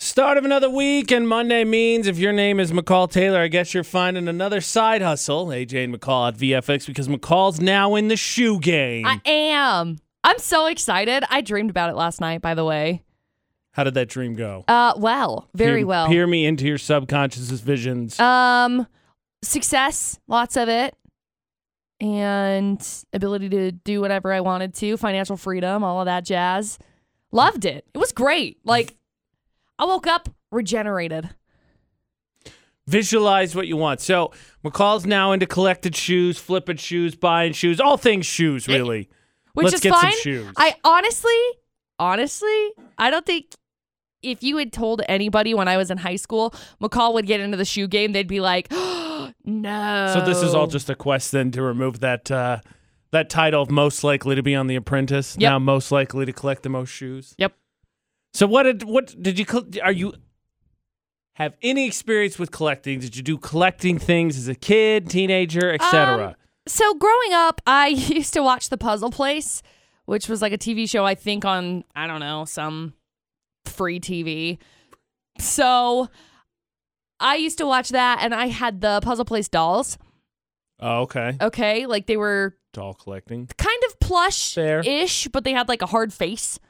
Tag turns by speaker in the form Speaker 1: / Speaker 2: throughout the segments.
Speaker 1: Start of another week, and Monday means if your name is McCall Taylor, I guess you're finding another side hustle, AJ and McCall at VFX, because McCall's now in the shoe game.
Speaker 2: I am. I'm so excited. I dreamed about it last night, by the way.
Speaker 1: How did that dream go?
Speaker 2: Uh, well, very
Speaker 1: Peer-
Speaker 2: well.
Speaker 1: Peer me into your subconscious's visions.
Speaker 2: Um, success, lots of it, and ability to do whatever I wanted to, financial freedom, all of that jazz. Loved it. It was great. Like, I woke up regenerated.
Speaker 1: Visualize what you want. So McCall's now into collected shoes, flipping shoes, buying shoes, all things shoes, really.
Speaker 2: which
Speaker 1: Let's
Speaker 2: is
Speaker 1: get some
Speaker 2: fine.
Speaker 1: shoes.
Speaker 2: I honestly, honestly, I don't think if you had told anybody when I was in high school, McCall would get into the shoe game, they'd be like, no.
Speaker 1: So this is all just a quest then to remove that uh, that title of most likely to be on The Apprentice.
Speaker 2: Yep.
Speaker 1: Now most likely to collect the most shoes.
Speaker 2: Yep.
Speaker 1: So what did what did you col- are you have any experience with collecting? Did you do collecting things as a kid, teenager,
Speaker 2: Um,
Speaker 1: etc.?
Speaker 2: So growing up, I used to watch The Puzzle Place, which was like a TV show, I think, on, I don't know, some free TV. So I used to watch that and I had the Puzzle Place dolls.
Speaker 1: oh, okay.
Speaker 2: Okay. Like they were
Speaker 1: Doll collecting.
Speaker 2: kind of plush
Speaker 1: Fair.
Speaker 2: ish, but they had like a hard face.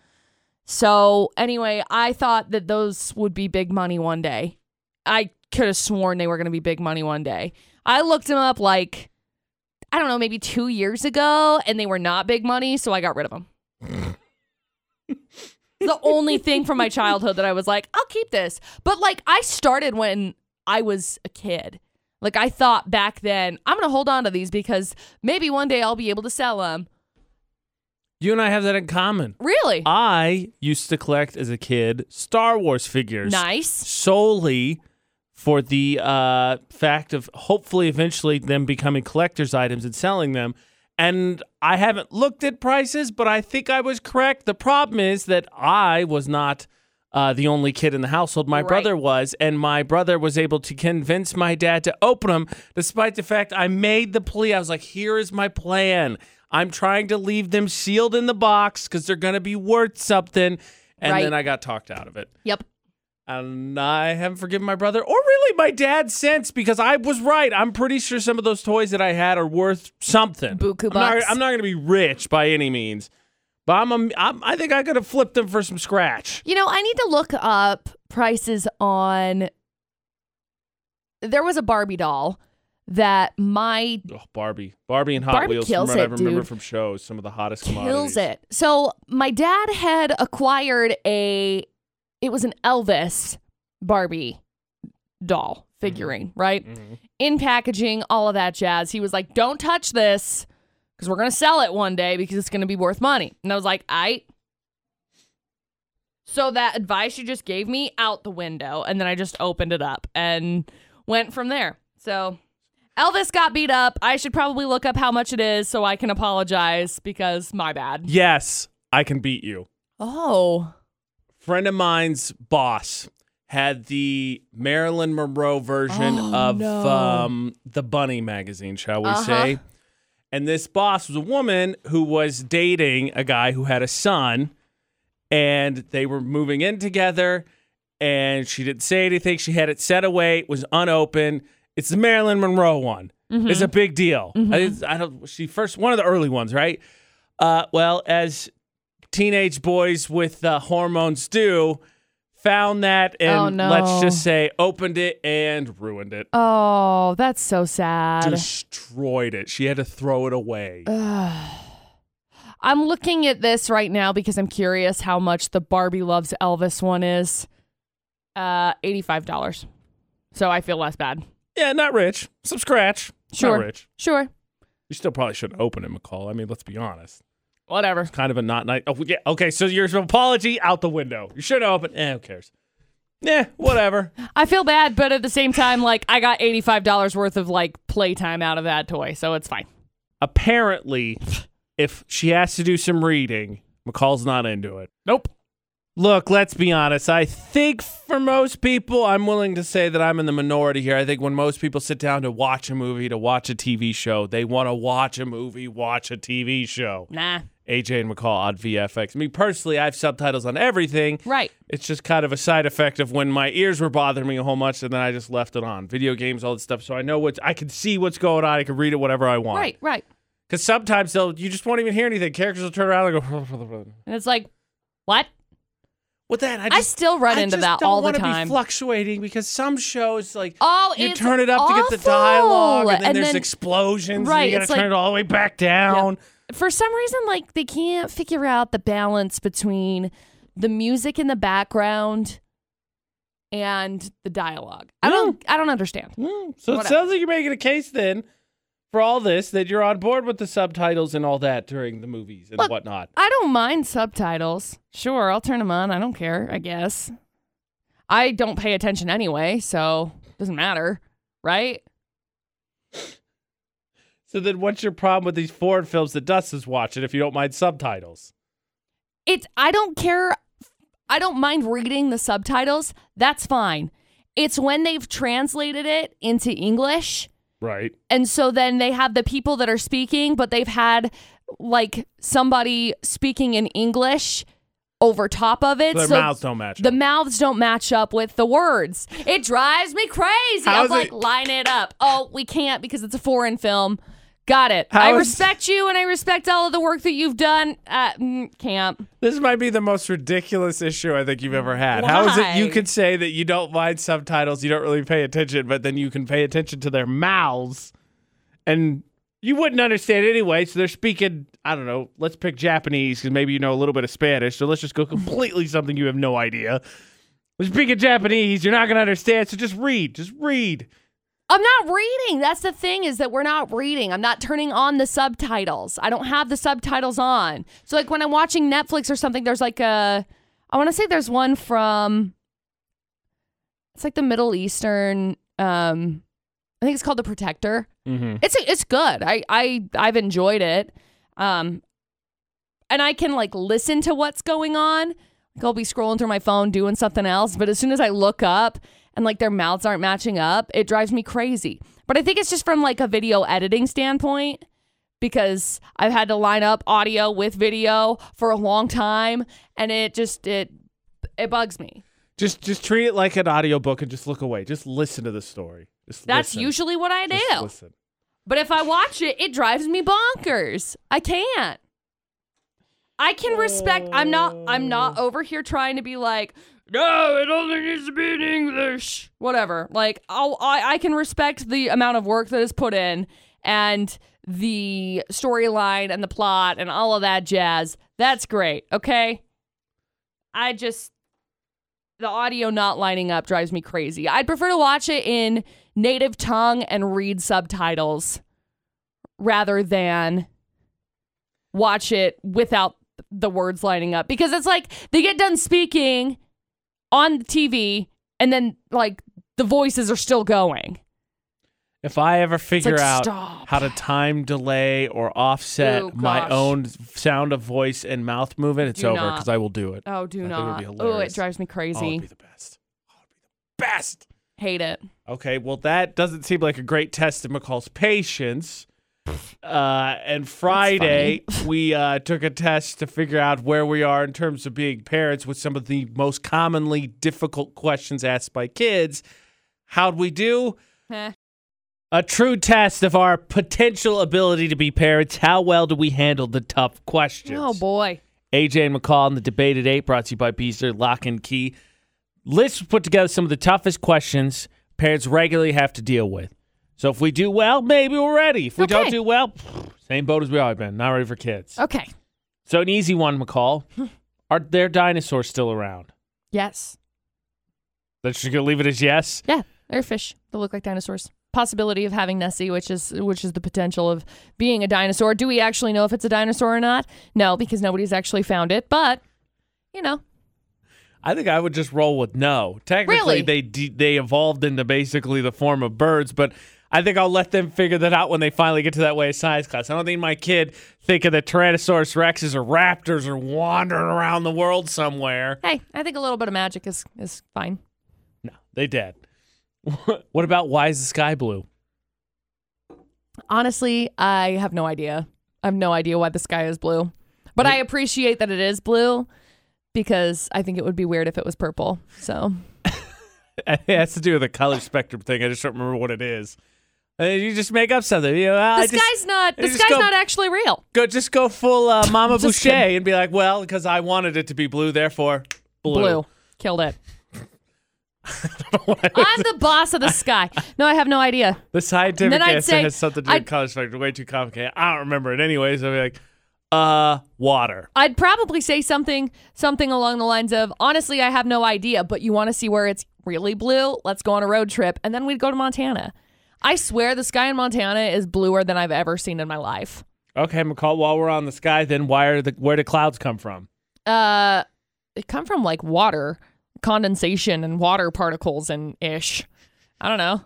Speaker 2: So anyway, I thought that those would be big money one day. I could have sworn they were going to be big money one day. I looked them up like I don't know, maybe 2 years ago and they were not big money, so I got rid of them. the only thing from my childhood that I was like, I'll keep this. But like I started when I was a kid. Like I thought back then, I'm going to hold on to these because maybe one day I'll be able to sell them.
Speaker 1: You and I have that in common.
Speaker 2: Really?
Speaker 1: I used to collect as a kid Star Wars figures.
Speaker 2: nice.
Speaker 1: solely for the uh, fact of hopefully eventually them becoming collector's items and selling them. And I haven't looked at prices, but I think I was correct. The problem is that I was not uh, the only kid in the household. My
Speaker 2: Right.
Speaker 1: brother was, and my brother was able to convince my dad to open them, despite the fact I made the plea. I was like, here is my plan. I'm trying to leave them sealed in the box because they're going to be worth something. And
Speaker 2: Right.
Speaker 1: then I got talked out of it.
Speaker 2: Yep.
Speaker 1: And I haven't forgiven my brother or really my dad since because I was right. I'm pretty sure some of those toys that I had are worth something.
Speaker 2: Buku
Speaker 1: I'm not,
Speaker 2: bucks.
Speaker 1: I'm not going to be rich by any means, but I'm, a, I'm I think I could have flipped them for some scratch.
Speaker 2: You know, I need to look up prices on. There was a Barbie doll that my
Speaker 1: Oh, Barbie, Barbie and Hot
Speaker 2: Barbie
Speaker 1: Wheels
Speaker 2: kills
Speaker 1: from what I
Speaker 2: it,
Speaker 1: remember
Speaker 2: dude.
Speaker 1: from shows, some of the hottest commodities.
Speaker 2: kills it. So my dad had acquired a. It was an Elvis Barbie doll figurine, right?
Speaker 1: Mhm.
Speaker 2: In packaging, all of that jazz. He was like, "Don't touch this." Because we're gonna sell it one day because it's gonna be worth money. And I was like, I So that advice you just gave me out the window, and then I just opened it up and went from there. So Elvis got beat up. I should probably look up how much it is so I can apologize because my bad.
Speaker 1: Yes, I can beat you.
Speaker 2: Oh,
Speaker 1: friend of mine's boss had the Marilyn Monroe version
Speaker 2: Oh,
Speaker 1: of
Speaker 2: no.
Speaker 1: um, the Bunny magazine, shall we
Speaker 2: Uh-huh.
Speaker 1: say? And this boss was a woman who was dating a guy who had a son, and they were moving in together. And she didn't say anything. She had it set away. It was unopened. It's the Marilyn Monroe one. It's a
Speaker 2: Mm-hmm.
Speaker 1: big deal. I, I don't. She first one of the early ones, right? Uh, well, as teenage boys with uh, hormones do, found that and
Speaker 2: Oh, no.
Speaker 1: let's just say opened it and ruined it,
Speaker 2: oh, that's so sad.
Speaker 1: destroyed it. She had to throw it away.
Speaker 2: I'm looking at this right now because I'm curious how much the Barbie loves Elvis one is. Uh, eighty-five dollars. So I feel less bad.
Speaker 1: yeah, not rich. Some scratch.
Speaker 2: Sure.
Speaker 1: Not rich.
Speaker 2: Sure.
Speaker 1: You still probably shouldn't open it, McCall. I mean, let's be honest.
Speaker 2: Whatever.
Speaker 1: Kind of a not nice. Oh, yeah. Okay, so your apology out the window. You should open. Eh, who cares? Yeah, whatever.
Speaker 2: I feel bad, but at the same time, like I got eighty-five dollars worth of like playtime out of that toy, so it's fine.
Speaker 1: Apparently, if she has to do some reading, McCall's not into it.
Speaker 2: Nope.
Speaker 1: Look, let's be honest. I think for most people, I'm willing to say that I'm in the minority here. I think when most people sit down to watch a movie, to watch a TV show, they want to watch a movie, watch a TV show.
Speaker 2: Nah.
Speaker 1: AJ and McCall on VFX. Me personally, I have subtitles on everything.
Speaker 2: Right.
Speaker 1: It's just kind of a side effect of when my ears were bothering me a whole much, and then I just left it on. Video games, all that stuff. So I know what's, I can see what's going on. I can read it whatever I want.
Speaker 2: Right, right.
Speaker 1: Because sometimes they'll, you just won't even hear anything. Characters will turn around and go,
Speaker 2: And it's like, what?
Speaker 1: with that, I
Speaker 2: I,
Speaker 1: just,
Speaker 2: still run
Speaker 1: I
Speaker 2: into
Speaker 1: just
Speaker 2: that
Speaker 1: don't
Speaker 2: all the
Speaker 1: wanna
Speaker 2: time.
Speaker 1: Be fluctuating because some shows like
Speaker 2: oh,
Speaker 1: you
Speaker 2: it's
Speaker 1: turn it up to get the
Speaker 2: awful.
Speaker 1: dialogue, and then
Speaker 2: And
Speaker 1: there's
Speaker 2: then-
Speaker 1: explosions.
Speaker 2: Right,
Speaker 1: and you gotta
Speaker 2: it's
Speaker 1: turn
Speaker 2: like-
Speaker 1: it all the way back down.
Speaker 2: for some reason like they can't figure out the balance between the music in the background and the dialogue. I don't I don't understand.
Speaker 1: Hmm, so it
Speaker 2: Whatever.
Speaker 1: sounds like you're making a case then for all this that you're on board with the subtitles and all that during the movies and
Speaker 2: Look,
Speaker 1: whatnot.
Speaker 2: I don't mind subtitles. Sure, I'll turn them on. I don't care, I guess. I don't pay attention anyway, so doesn't matter, right?
Speaker 1: So then, what's your problem with these foreign films that Dustin's watching if you don't mind subtitles?
Speaker 2: It's I don't care. I don't mind reading the subtitles. That's fine. It's when they've translated it into English
Speaker 1: Right.
Speaker 2: And so then they have the people that are speaking, but they've had like somebody speaking in English over top of it.
Speaker 1: Their
Speaker 2: so
Speaker 1: mouths don't match.
Speaker 2: the
Speaker 1: up.
Speaker 2: mouths don't match up with the words. It drives me crazy.
Speaker 1: How
Speaker 2: I'm
Speaker 1: is
Speaker 2: like,
Speaker 1: it-
Speaker 2: line it up. Oh, we can't because it's a foreign film. Got it.
Speaker 1: How
Speaker 2: I
Speaker 1: is-
Speaker 2: respect you and I respect all of the work that you've done. Uh, mm, can't.
Speaker 1: This might be the most ridiculous issue I think you've ever had. How is it you
Speaker 2: Why?
Speaker 1: could say that you don't mind subtitles, you don't really pay attention, but then you can pay attention to their mouths and you wouldn't understand anyway, so they're speaking, I don't know, let's pick Japanese because maybe you know a little bit of Spanish, so let's just go completely something you have no idea. They're speaking Japanese, you're not going to understand, so just read, just read.
Speaker 2: I'm not reading. That's the thing is that we're not reading. I'm not turning on the subtitles. I don't have the subtitles on. So like when I'm watching Netflix or something, there's like a I want to say there's one from it's like the Middle Eastern um I think it's called The Protector.
Speaker 1: Mm-hmm.
Speaker 2: It's it's good. I I I've enjoyed it. Um and I can like listen to what's going on. Like I'll be scrolling through my phone doing something else, but as soon as I look up and like their mouths aren't matching up, it drives me crazy. But I think it's just from like a video editing standpoint because I've had to line up audio with video for a long time and it just it it bugs me.
Speaker 1: Just just treat it like an audiobook and just look away. Just listen to the story. Just
Speaker 2: That's
Speaker 1: listen.
Speaker 2: usually what I
Speaker 1: Just
Speaker 2: do.
Speaker 1: listen.
Speaker 2: But if I watch it, it drives me bonkers. I can't. I can respect. I'm not. I'm not over here trying to be like, no, it only needs to be in English. Whatever. Like, I'll, I I can respect the amount of work that is put in and the storyline and the plot and all of that jazz. That's great. Okay. I just the audio not lining up drives me crazy. I'd prefer to watch it in native tongue and read subtitles rather than watch it without the words lining up because it's like they get done speaking on the TV and then like the voices are still going.
Speaker 1: If I ever
Speaker 2: It's
Speaker 1: figure
Speaker 2: like
Speaker 1: out
Speaker 2: stop.
Speaker 1: how to time delay or offset
Speaker 2: Ooh,
Speaker 1: my
Speaker 2: gosh.
Speaker 1: own sound of voice and mouth movement, it's
Speaker 2: Do
Speaker 1: over
Speaker 2: not.
Speaker 1: because I will do it.
Speaker 2: oh, do
Speaker 1: I think it would
Speaker 2: not.
Speaker 1: be
Speaker 2: Oh,
Speaker 1: hilarious.
Speaker 2: it drives
Speaker 1: Oh,
Speaker 2: me
Speaker 1: it'd
Speaker 2: crazy.
Speaker 1: be the best. Oh, it'd be the best.
Speaker 2: Hate it.
Speaker 1: Okay, well, that doesn't seem like a great test of McCall's patience. Uh, and Friday, we uh, took a test to figure out where we are in terms of being parents with some of the most commonly difficult questions asked by kids. How'd we do?
Speaker 2: Heh.
Speaker 1: A true test of our potential ability to be parents. How well do we handle the tough questions?
Speaker 2: Oh boy.
Speaker 1: AJ and McCall and the debate at eight brought to you by Beezer Lock and Key. List was put together some of the toughest questions parents regularly have to deal with. So if we do well, maybe we're ready. If we don't
Speaker 2: Okay.
Speaker 1: do well, pff, same boat as we always been. Not ready for kids.
Speaker 2: Okay.
Speaker 1: So an easy one, McCall. Are there dinosaurs still around?
Speaker 2: Yes.
Speaker 1: That's just gonna leave it as yes.
Speaker 2: Yeah, they're fish that look like dinosaurs. Possibility of having Nessie, which is which is the potential of being a dinosaur. Do we actually know if it's a dinosaur or not? No, because nobody's actually found it. But you know,
Speaker 1: I think I would just roll with no. Technically,
Speaker 2: Really?
Speaker 1: they de- they evolved into basically the form of birds, but I think I'll let them figure that out when they finally get to that way of science class. I don't think my kid thinking that Tyrannosaurus rexes or raptors are wandering around the world somewhere.
Speaker 2: hey, I think a little bit of magic is is fine.
Speaker 1: No, they dead. what about why is the sky blue?
Speaker 2: Honestly, I have no idea. I have no idea why the sky is blue. But I appreciate that it is blue because I think it would be weird if it was purple. So
Speaker 1: it has to do with the color spectrum thing. I just don't remember what it is. Uh, you just make up something. You know, I
Speaker 2: this
Speaker 1: just,
Speaker 2: guy's not.
Speaker 1: I
Speaker 2: This
Speaker 1: just
Speaker 2: guy's
Speaker 1: go-
Speaker 2: not actually real.
Speaker 1: go just go full uh, Mama
Speaker 2: Just
Speaker 1: Boucher
Speaker 2: kidding.
Speaker 1: and be like, well, because I wanted it to be blue, therefore blue.
Speaker 2: Blue, killed it. I'm the boss of the sky. No, I have no idea.
Speaker 1: The scientific
Speaker 2: Then I'd
Speaker 1: answer
Speaker 2: say-
Speaker 1: has something to do with
Speaker 2: I'd-
Speaker 1: color spectrum. Way too complicated. I don't remember it anyways. I'd be like, uh, water.
Speaker 2: I'd probably say something something along the lines of, honestly, I have no idea, but you want to see where it's really blue? Let's go on a road trip, and then we'd go to Montana. I swear the sky in Montana is bluer than I've ever seen in my life.
Speaker 1: Okay, McCall. While we're on the sky, then why are the where do clouds come from?
Speaker 2: Uh, it come from like water condensation and water particles and ish. I don't know.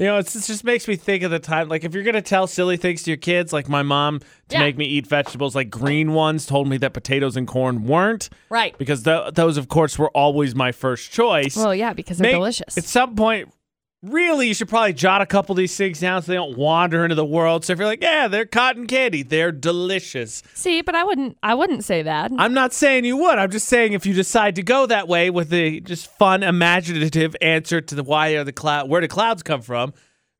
Speaker 1: You know, it's, it just makes me think of the time. Like, if you're gonna tell silly things to your kids, like my mom to
Speaker 2: Yeah.
Speaker 1: make me eat vegetables, like green ones, told me that potatoes and corn weren't
Speaker 2: Right.
Speaker 1: because th- those, of course, were always my first choice.
Speaker 2: Well, yeah, because they're
Speaker 1: Make-
Speaker 2: delicious.
Speaker 1: At some point, really, you should probably jot a couple of these things down so they don't wander into the world. So if you're like, yeah, they're cotton candy, they're delicious.
Speaker 2: See, but I wouldn't. I wouldn't say that.
Speaker 1: I'm not saying you would. I'm just saying if you decide to go that way with a just fun, imaginative answer to the why are the cloud, where do clouds come from,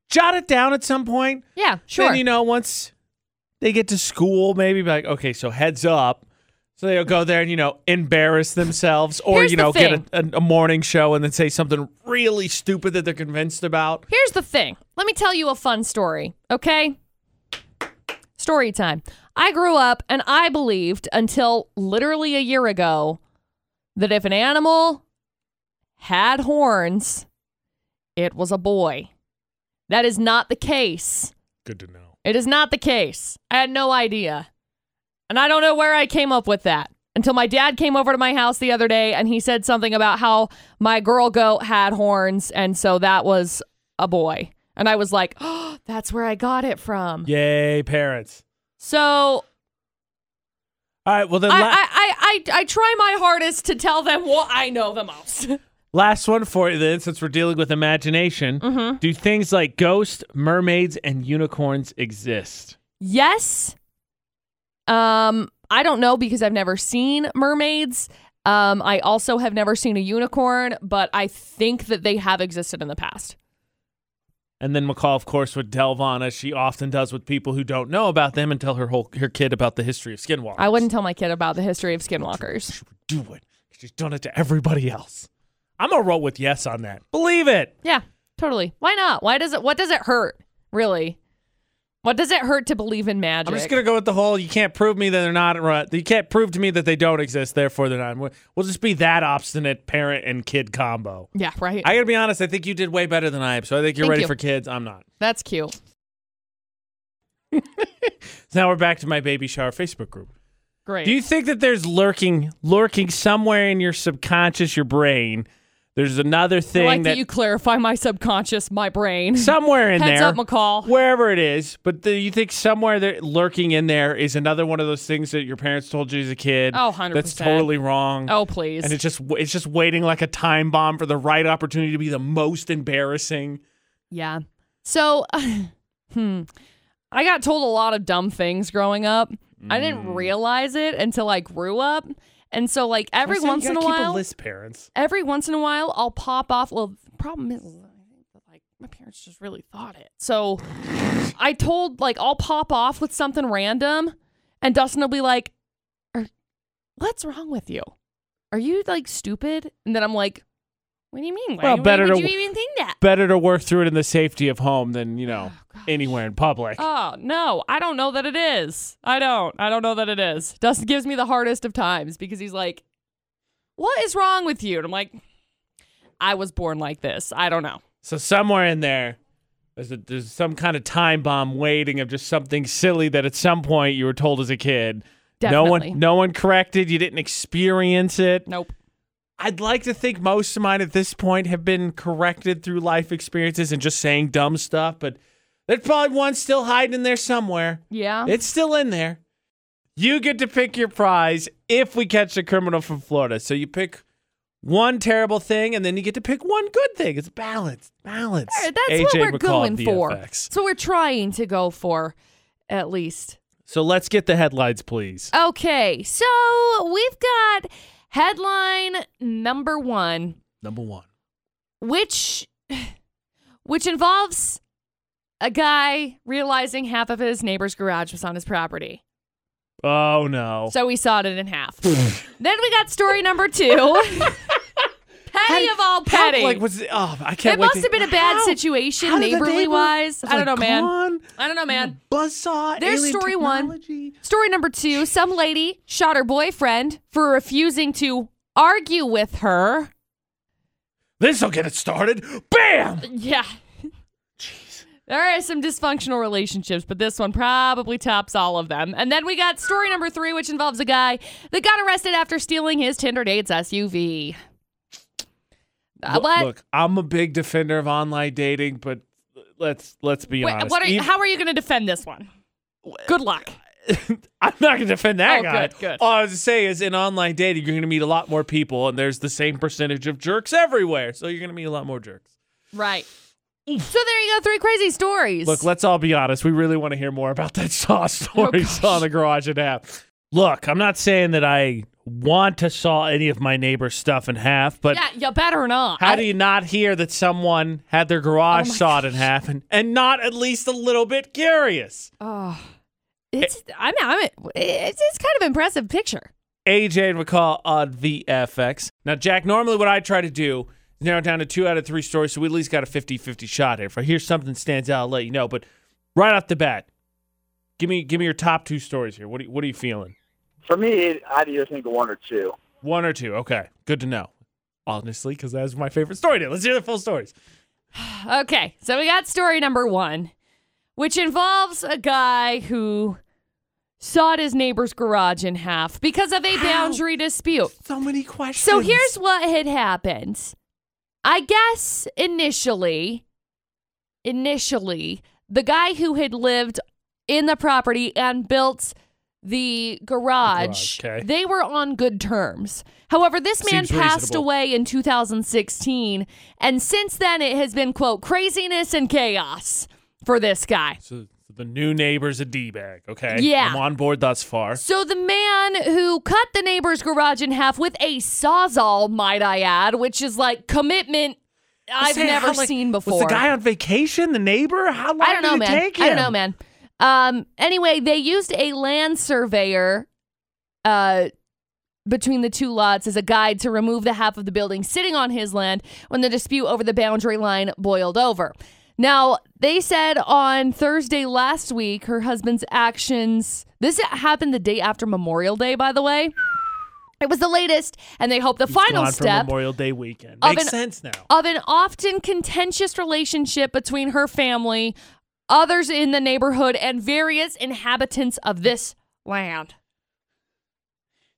Speaker 1: jot it down at some point.
Speaker 2: yeah, sure.
Speaker 1: Then you know once they get to school, maybe be like, okay, so heads up. So they'll go there and you know embarrass themselves, or
Speaker 2: Here's
Speaker 1: you
Speaker 2: the
Speaker 1: know get
Speaker 2: thing.
Speaker 1: a, a, a morning show and then say something really stupid that they're convinced about.
Speaker 2: Here's the thing. Let me tell you a fun story, okay? Story time. I grew up and I believed until literally a year ago that if an animal had horns, it was a boy. That is not the case.
Speaker 1: Good to know.
Speaker 2: It is not the case. I had no idea. And I don't know where I came up with that until my dad came over to my house the other day and he said something about how my girl goat had horns and so that was a boy. And I was like, oh, that's where I got it from.
Speaker 1: Yay, parents!
Speaker 2: So
Speaker 1: All right, well then,
Speaker 2: I,
Speaker 1: la-
Speaker 2: I, I, I, I try my hardest to tell them what I know the most.
Speaker 1: last one for you then, since we're dealing with imagination.
Speaker 2: Mm-hmm.
Speaker 1: Do things like ghosts, mermaids, and unicorns exist?
Speaker 2: Yes. Um, I don't know because I've never seen mermaids. Um, I also have never seen a unicorn, but I think that they have existed in the past.
Speaker 1: And then McCall, of course, would delve on as she often does with people who don't know about them and tell her whole her kid about the history of skinwalkers.
Speaker 2: I wouldn't tell my kid about the history of skinwalkers.
Speaker 1: She would do it. 'cause She's done it to everybody else. I'm gonna roll with yes on that. Believe it.
Speaker 2: Yeah, totally. Why not? Why does it what does it hurt? Really? What does it hurt to believe in magic?
Speaker 1: I'm just gonna go with the whole. You can't prove me that they're not. right. You can't prove to me that they don't exist. Therefore, they're not. We'll we'll just be that obstinate parent and kid combo.
Speaker 2: yeah, right.
Speaker 1: I gotta be honest. I think you did way better than I am. So I think you're
Speaker 2: Thank
Speaker 1: ready
Speaker 2: you.
Speaker 1: for kids. I'm not.
Speaker 2: That's cute.
Speaker 1: So now we're back to my baby shower Facebook group.
Speaker 2: Great.
Speaker 1: Do you think that there's lurking, lurking somewhere in your subconscious, your brain? There's another
Speaker 2: I
Speaker 1: thing
Speaker 2: like that,
Speaker 1: that
Speaker 2: you clarify my subconscious, my brain.
Speaker 1: somewhere in
Speaker 2: Heads
Speaker 1: there.
Speaker 2: up, McCall.
Speaker 1: wherever it is, but the, you think somewhere there, lurking in there is another one of those things that your parents told you as a kid.
Speaker 2: Oh, 100%.
Speaker 1: That's totally wrong.
Speaker 2: oh please.
Speaker 1: And it's just it's just waiting like a time bomb for the right opportunity to be the most embarrassing.
Speaker 2: Yeah. So, hmm, I got told a lot of dumb things growing up. I
Speaker 1: Mm.
Speaker 2: didn't realize it until I grew up. And so, like every
Speaker 1: Why say you
Speaker 2: once in
Speaker 1: gotta
Speaker 2: a
Speaker 1: keep
Speaker 2: while,
Speaker 1: list parents.
Speaker 2: every once in a while, I'll pop off. Well, the problem is, like my parents just really thought it. So, I told like I'll pop off with something random, and Dustin will be like, "Are what's wrong with you? Are you like stupid?" And then I'm like, "What do you mean? Why,
Speaker 1: Well,
Speaker 2: why
Speaker 1: better
Speaker 2: would
Speaker 1: to-
Speaker 2: you even think that?"
Speaker 1: Better to work through it in the safety of home than you know anywhere in public.
Speaker 2: Oh, no, I don't know that it is. I don't. I don't know that it is. Dustin gives me the hardest of times because he's like, What is wrong with you? And I'm like, I was born like this. I don't know.
Speaker 1: So somewhere in there, there's, a, there's some kind of time bomb waiting of just something silly that at some point you were told as a kid. No
Speaker 2: Definitely.
Speaker 1: one, no one corrected. You didn't experience it.
Speaker 2: Nope.
Speaker 1: I'd like to think most of mine at this point have been corrected through life experiences and just saying dumb stuff, but there's probably one still hiding in there somewhere.
Speaker 2: Yeah.
Speaker 1: It's still in there. You get to pick your prize if we catch a criminal from Florida. So you pick one terrible thing, and then you get to pick one good thing. It's balanced, balanced.
Speaker 2: All right, That's what
Speaker 1: AJ
Speaker 2: we're
Speaker 1: McCall,
Speaker 2: going for.
Speaker 1: VFX.
Speaker 2: So we're trying to go for, at least.
Speaker 1: So let's get the headlines,
Speaker 2: Uh,
Speaker 1: please.
Speaker 2: Okay, so we've got headline number one,
Speaker 1: Number one.
Speaker 2: which which involves a guy realizing half of his neighbor's garage was on his property.
Speaker 1: Oh no.
Speaker 2: So he sawed it in half. then we got story number two. petty of all
Speaker 1: How-
Speaker 2: petty.
Speaker 1: Like was it, oh I can't.
Speaker 2: it
Speaker 1: wait
Speaker 2: must
Speaker 1: to-
Speaker 2: have been a bad
Speaker 1: How?
Speaker 2: situation,
Speaker 1: How did the
Speaker 2: neighborly
Speaker 1: neighbor-
Speaker 2: wise.
Speaker 1: was,
Speaker 2: I don't know,
Speaker 1: like,
Speaker 2: man.
Speaker 1: gone?
Speaker 2: I don't know, man.
Speaker 1: Buzzsaw.
Speaker 2: There's
Speaker 1: alien
Speaker 2: story one.
Speaker 1: technology.
Speaker 2: Story number two some lady shot her boyfriend for refusing to argue with her.
Speaker 1: This'll get it started. Bam.
Speaker 2: Yeah.
Speaker 1: Jeez.
Speaker 2: There are some dysfunctional relationships, but this one probably tops all of them. And then we got story number three, which involves a guy that got arrested after stealing his Tinder date's SUV. Uh,
Speaker 1: Look-
Speaker 2: what?
Speaker 1: Look, I'm a big defender of online dating, but let's let's be
Speaker 2: Wait,
Speaker 1: honest. E-
Speaker 2: what are you,
Speaker 1: Ev-
Speaker 2: how are you going to defend this one? Good luck.
Speaker 1: I'm not gonna defend that
Speaker 2: Oh,
Speaker 1: guy.
Speaker 2: good, good.
Speaker 1: All I was gonna say is, in online dating, you're gonna meet a lot more people, and there's the same percentage of jerks everywhere. So you're gonna meet a lot more jerks.
Speaker 2: Right. So there you go, three crazy stories.
Speaker 1: Look, let's all be honest. We really want to hear more about that saw story,
Speaker 2: Oh,
Speaker 1: saw in the garage and half. Look, I'm not saying that I want to saw any of my neighbor's stuff in half, but
Speaker 2: yeah, you better not.
Speaker 1: how do you not hear that someone had their garage
Speaker 2: Oh my
Speaker 1: sawed in half and, and not at least a little bit curious?
Speaker 2: Oh, it's I'm I'm it's, it's kind of impressive picture.
Speaker 1: AJ and McCall on VFX. Now, Jack, normally what I try to do is narrow it down to two out of three stories, so we at least got a 50 50 shot here. If I hear something stands out, I'll let you know. But right off the bat, give me give me your top two stories here. What are, you- what are you feeling?
Speaker 3: For me, I'd either think of one or two.
Speaker 1: One or two. Okay. Good to know. Honestly, because that was my favorite story. Today. Let's hear the full stories.
Speaker 2: Okay, so we got story number one, which involves a guy who sawed his neighbor's garage in half because of a boundary dispute.
Speaker 1: So many questions.
Speaker 2: So here's what had happened. I guess initially, initially, the guy who had lived in the property and built the garage,
Speaker 1: The garage, okay.
Speaker 2: they were on good terms. However, this man
Speaker 1: Seems
Speaker 2: passed
Speaker 1: reasonable.
Speaker 2: away in 2016, and since then it has been, quote, craziness and chaos for this guy.
Speaker 1: So the new neighbor's a D bag. Okay.
Speaker 2: Yeah.
Speaker 1: I'm on board thus far.
Speaker 2: So the man who cut the neighbor's garage in half with a sawzall, might I add, which is like commitment I've
Speaker 1: Say,
Speaker 2: never
Speaker 1: how, like,
Speaker 2: seen before.
Speaker 1: Was the guy on vacation? The neighbor? How long
Speaker 2: I don't
Speaker 1: did
Speaker 2: know,
Speaker 1: it
Speaker 2: man.
Speaker 1: take
Speaker 2: I don't
Speaker 1: him?
Speaker 2: know, man. Um. Anyway, they used a land surveyor, uh, between the two lots as a guide to remove the half of the building sitting on his land when the dispute over the boundary line boiled over. Now, they said on Thursday last week, her husband's actions. This happened the day after Memorial Day, by the way. It was the latest, and they hope the final
Speaker 1: gone for
Speaker 2: step
Speaker 1: Memorial Day weekend.
Speaker 2: of
Speaker 1: Makes
Speaker 2: an-
Speaker 1: sense now.
Speaker 2: of an often contentious relationship between her family, others in the neighborhood, and various inhabitants of this land.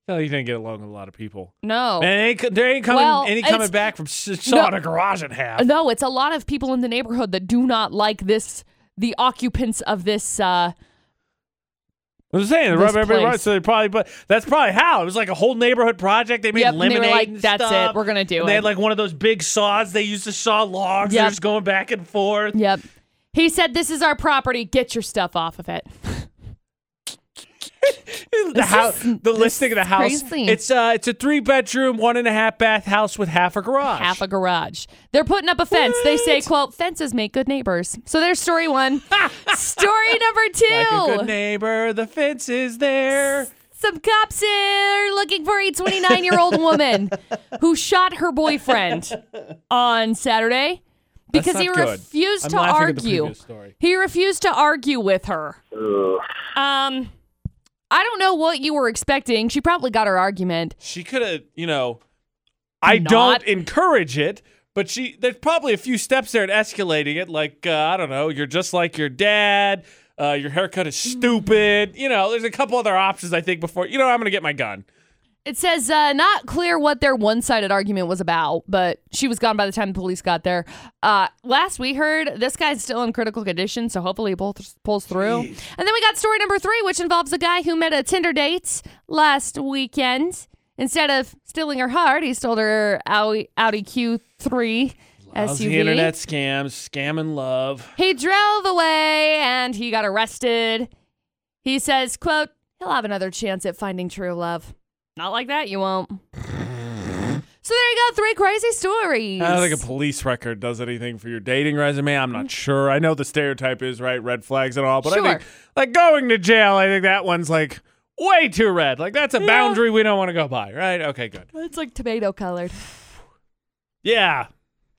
Speaker 1: No, you didn't get along with a lot of people.
Speaker 2: No.
Speaker 1: And they ain't, there ain't coming
Speaker 2: Oh. Well,
Speaker 1: any
Speaker 2: it's-
Speaker 1: coming back from s- sawing a garage in half.
Speaker 2: No, it's a lot of people in the neighborhood that do not like this, the occupants of this. Uh,
Speaker 1: I'm saying they
Speaker 2: This
Speaker 1: rub everybody right,
Speaker 2: place.
Speaker 1: so they probably but that's probably how it was like a whole neighborhood project. They made
Speaker 2: Yep, and they were
Speaker 1: lemonade.
Speaker 2: like,
Speaker 1: and
Speaker 2: "That's it,
Speaker 1: stuff."
Speaker 2: we're gonna do
Speaker 1: And They had
Speaker 2: it.
Speaker 1: like one of those big saws they used to saw logs. They're
Speaker 2: Yep.
Speaker 1: just going back and forth.
Speaker 2: yep. He said, This is our property. Get your stuff off of it.
Speaker 1: the house,
Speaker 2: is-
Speaker 1: the listing of the house.
Speaker 2: crazy.
Speaker 1: It's uh, it's a three bedroom, one and a half bath house with half a garage.
Speaker 2: Half a garage. They're putting up a fence. They say,
Speaker 1: What?
Speaker 2: quote, fences make good neighbors. So there's story one. story number two.
Speaker 1: Like a good neighbor, the fence is there.
Speaker 2: Some cops are looking for a 29 year old woman who shot her boyfriend on Saturday because he
Speaker 1: not good.
Speaker 2: refused
Speaker 1: I'm
Speaker 2: to
Speaker 1: laughing at the
Speaker 2: argue.
Speaker 1: previous story.
Speaker 2: He refused to argue with her.
Speaker 3: Ugh.
Speaker 2: Um, I don't know what you were expecting. She probably got her argument.
Speaker 1: She could have, you know, I
Speaker 2: Not-
Speaker 1: don't encourage it, but she there's probably a few steps there in escalating it. Like uh, I don't know, you're just like your dad. Uh, your haircut is
Speaker 2: Mm.
Speaker 1: stupid. You know, there's a couple other options I think before. You know, I'm gonna get my gun.
Speaker 2: It says uh, not clear what their one sided argument was about, but she was gone by the time the police got there. Uh, last we heard, this guy's still in critical condition, so hopefully he pulls, pulls through. And then we got story number three, which involves a guy who met a Tinder date last weekend. Instead of stealing her heart, he stole her Audi, Audi Q3
Speaker 1: How's
Speaker 2: SUV.
Speaker 1: the internet scams, scamming love.
Speaker 2: He drove away and he got arrested. He says, quote, he'll have another chance at finding true love. Not like that, you won't. so there you go, three crazy stories.
Speaker 1: I don't think a police record does anything for your dating resume. I'm not sure. I know the stereotype is right, red flags and all, but I think
Speaker 2: Mm. Sure.
Speaker 1: like going to jail, I think that one's like way too red. Like that's a boundary we don't want to go by, right? Okay, good.
Speaker 2: it's like tomato colored.
Speaker 1: Yeah.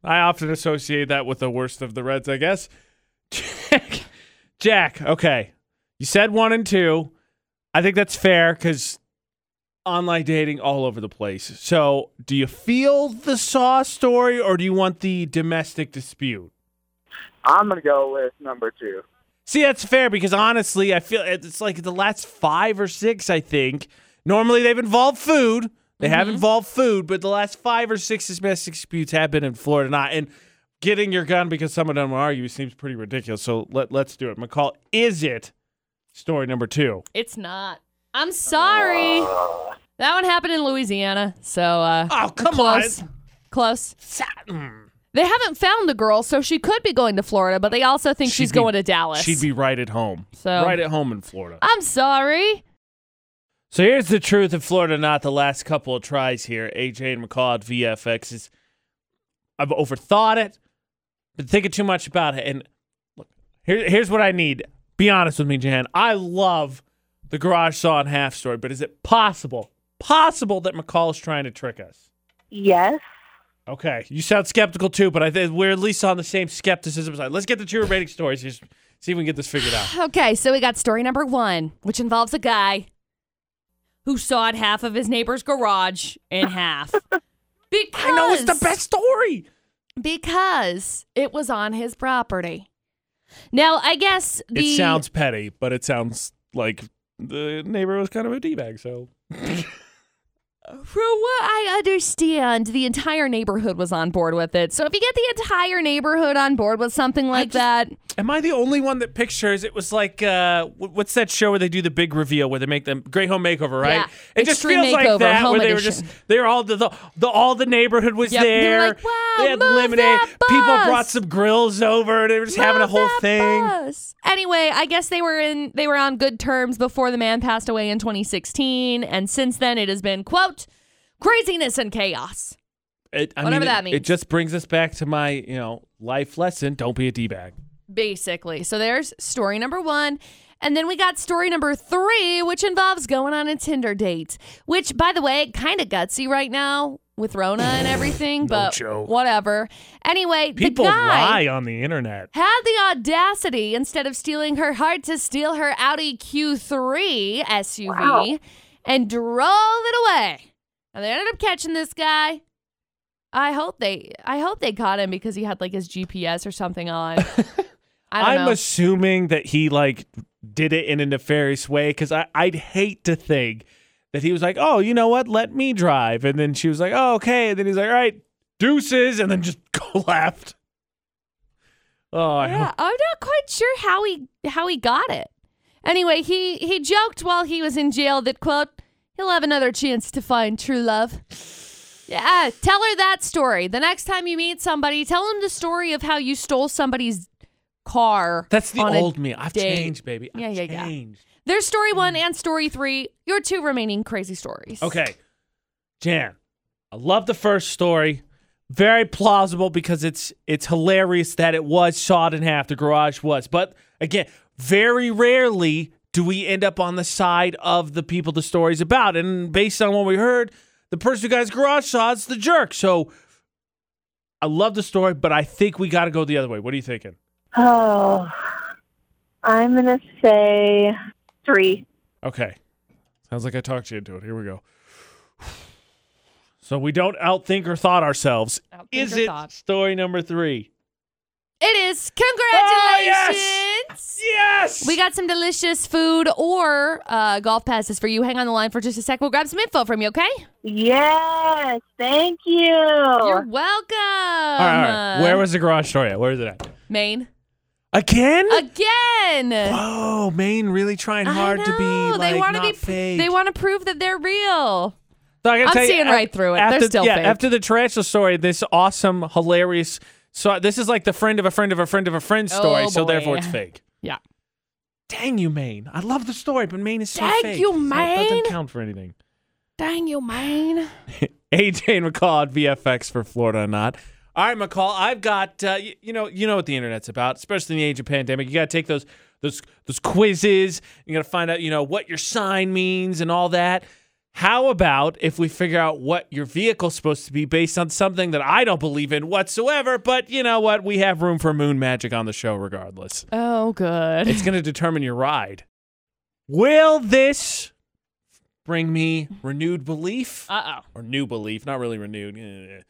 Speaker 1: I often associate that with the worst of the Reds, I guess. Jack. Jack, okay. You said one and two. I think that's fair because online dating all over the place. So do you feel the Saw story or do you want the domestic dispute?
Speaker 3: I'm gonna go with number two.
Speaker 1: See, that's fair because honestly, I feel it's like the last five or six, I think. Normally they've involved food. They have involved food, but the last five or six domestic disputes have been in Florida. Not and getting your gun because someone doesn't want to argue seems pretty ridiculous. So let let's do it. McCall, is it story number two?
Speaker 2: It's not. I'm sorry. That one happened in Louisiana. So, uh,
Speaker 1: Oh come
Speaker 2: close.
Speaker 1: on!
Speaker 2: Close. They haven't found the girl, so she could be going to Florida, but they also think
Speaker 1: She'd
Speaker 2: she's
Speaker 1: be-
Speaker 2: going to Dallas.
Speaker 1: She'd be right at home.
Speaker 2: So-
Speaker 1: right at home in Florida.
Speaker 2: I'm sorry.
Speaker 1: So here's the truth in Florida, not the last couple of tries here. AJ and McCall at VFX is I've overthought it, been thinking too much about it. And look, here, here's what I need. Be honest with me, Jan. I love the garage saw and half story, but is it possible, possible that McCall is trying to trick us?
Speaker 4: Yes.
Speaker 1: Okay, you sound skeptical too, but I think we're at least on the same skepticism side. Let's get the two remaining stories. Just see if we can get this figured out.
Speaker 2: Okay, so we got story number one, which involves a guy who sawed half of his neighbor's garage in half. Because
Speaker 1: I know it's the best story.
Speaker 2: because it was on his property. Now, I guess the
Speaker 1: It sounds petty, but it sounds like the neighbor was kind of a d-bag. So
Speaker 2: From what I understand, the entire neighborhood was on board with it. So if you get the entire neighborhood on board with something like
Speaker 1: just-
Speaker 2: that,
Speaker 1: Am I the only one that pictures it was like uh, wh- what's that show where they do the big reveal where they make them Great Home Makeover, right?
Speaker 2: Yeah.
Speaker 1: It just
Speaker 2: Extreme
Speaker 1: feels
Speaker 2: Makeover,
Speaker 1: like that
Speaker 2: Home
Speaker 1: where they were
Speaker 2: Edition.
Speaker 1: just they were all the, the, the all the neighborhood was
Speaker 2: Yep. They were
Speaker 1: there.
Speaker 2: like, "Wow,
Speaker 1: They had
Speaker 2: move
Speaker 1: lemonade.
Speaker 2: that
Speaker 1: People
Speaker 2: bus."
Speaker 1: brought some grills over. They were just having a
Speaker 2: Love
Speaker 1: whole
Speaker 2: that
Speaker 1: thing.
Speaker 2: bus. Anyway, I guess they were in they were on good terms before the man passed away in 2016, and since then it has been quote craziness and chaos.
Speaker 1: It, I
Speaker 2: Whatever
Speaker 1: mean, it-
Speaker 2: that means.
Speaker 1: It just brings us back to my you know life lesson: don't be a d-bag.
Speaker 2: Basically. So there's story number one. And then we got story number three, which involves going on a Tinder date, which, by the way, kind of gutsy right now with Rona and everything, but
Speaker 1: joke.
Speaker 2: whatever. Anyway,
Speaker 1: People
Speaker 2: the guy
Speaker 1: lie on the internet.
Speaker 2: had the audacity, instead of stealing her heart, to steal her Audi Q3 SUV
Speaker 4: Wow.
Speaker 2: and drove it away. And they ended up catching this guy. I hope they, I hope they caught him because he had like his GPS or something on. I don't
Speaker 1: I'm
Speaker 2: know.
Speaker 1: assuming that he like did it in a nefarious way because I I'd hate to think that he was like, oh, you know what, let me drive, and then she was like, oh, okay, and then he's like, all right, deuces, and then just go left. Oh, I
Speaker 2: Yeah,
Speaker 1: hope-
Speaker 2: I'm not quite sure how he how he got it. Anyway, he he joked while he was in jail that quote he'll have another chance to find true love. Yeah, tell her that story. The next time you meet somebody, tell them the story of how you stole somebody's car.
Speaker 1: that's the
Speaker 2: on a-
Speaker 1: old me. I've
Speaker 2: date.
Speaker 1: changed, baby. I've
Speaker 2: Yeah, yeah, yeah.
Speaker 1: changed.
Speaker 2: There's story one and story three. Your two remaining crazy stories.
Speaker 1: Okay. Jan, I love the first story. Very plausible because it's it's hilarious that it was sawed in half, the garage was. But again, very rarely do we end up on the side of the people the story's about. And based on what we heard, the person who got his garage saw is the jerk. So I love the story, but I think we gotta go the other way. What are you thinking?
Speaker 4: Oh, I'm gonna say three.
Speaker 1: Okay. Sounds like I talked you into it. Here we go. So we don't outthink or thought ourselves.
Speaker 2: Outthink
Speaker 1: Is
Speaker 2: or
Speaker 1: it
Speaker 2: thought.
Speaker 1: story number three?
Speaker 2: It is congratulations.
Speaker 1: Ah, Yes!
Speaker 2: We got some delicious food or uh, golf passes for you. Hang on the line for just a sec. We'll grab some info from you, okay?
Speaker 4: Yes, thank you.
Speaker 2: You're welcome.
Speaker 1: all right, all right.
Speaker 2: uh,
Speaker 1: Where was the garage story at? Where is it at?
Speaker 2: Maine
Speaker 1: Again?
Speaker 2: again?
Speaker 1: oh, Maine really trying
Speaker 2: I
Speaker 1: hard to
Speaker 2: know.
Speaker 1: be like
Speaker 2: they want
Speaker 1: not
Speaker 2: to be.
Speaker 1: fake.
Speaker 2: They want to prove that they're real.
Speaker 1: So I gotta
Speaker 2: I'm
Speaker 1: tell you,
Speaker 2: seeing
Speaker 1: af-
Speaker 2: right through it. They're
Speaker 1: After,
Speaker 2: still
Speaker 1: yeah,
Speaker 2: fake.
Speaker 1: after the tarantula story, this awesome, hilarious. So this is like the friend of a friend of a friend of a friend story.
Speaker 2: Oh,
Speaker 1: so therefore,
Speaker 2: boy.
Speaker 1: it's fake.
Speaker 2: Yeah.
Speaker 1: Dang you, Maine. I love the story, but Maine is so
Speaker 2: Dang
Speaker 1: fake.
Speaker 2: you,
Speaker 1: That- That
Speaker 2: Maine.
Speaker 1: doesn't count for anything.
Speaker 2: Dang you, man.
Speaker 1: AJ and McCall at VFX for Florida or not. All right, McCall, I've got uh, you, you know you know what the internet's about, especially in the age of pandemic. You got to take those those those quizzes. You got to find out you know what your sign means and all that. How about if we figure out what your vehicle's supposed to be based on something that I don't believe in whatsoever? But you know what? We have room for moon magic on the show regardless.
Speaker 2: Oh, good.
Speaker 1: It's going to determine your ride. Will this bring me renewed belief?
Speaker 2: Uh oh.
Speaker 1: or new belief, not really renewed, eh,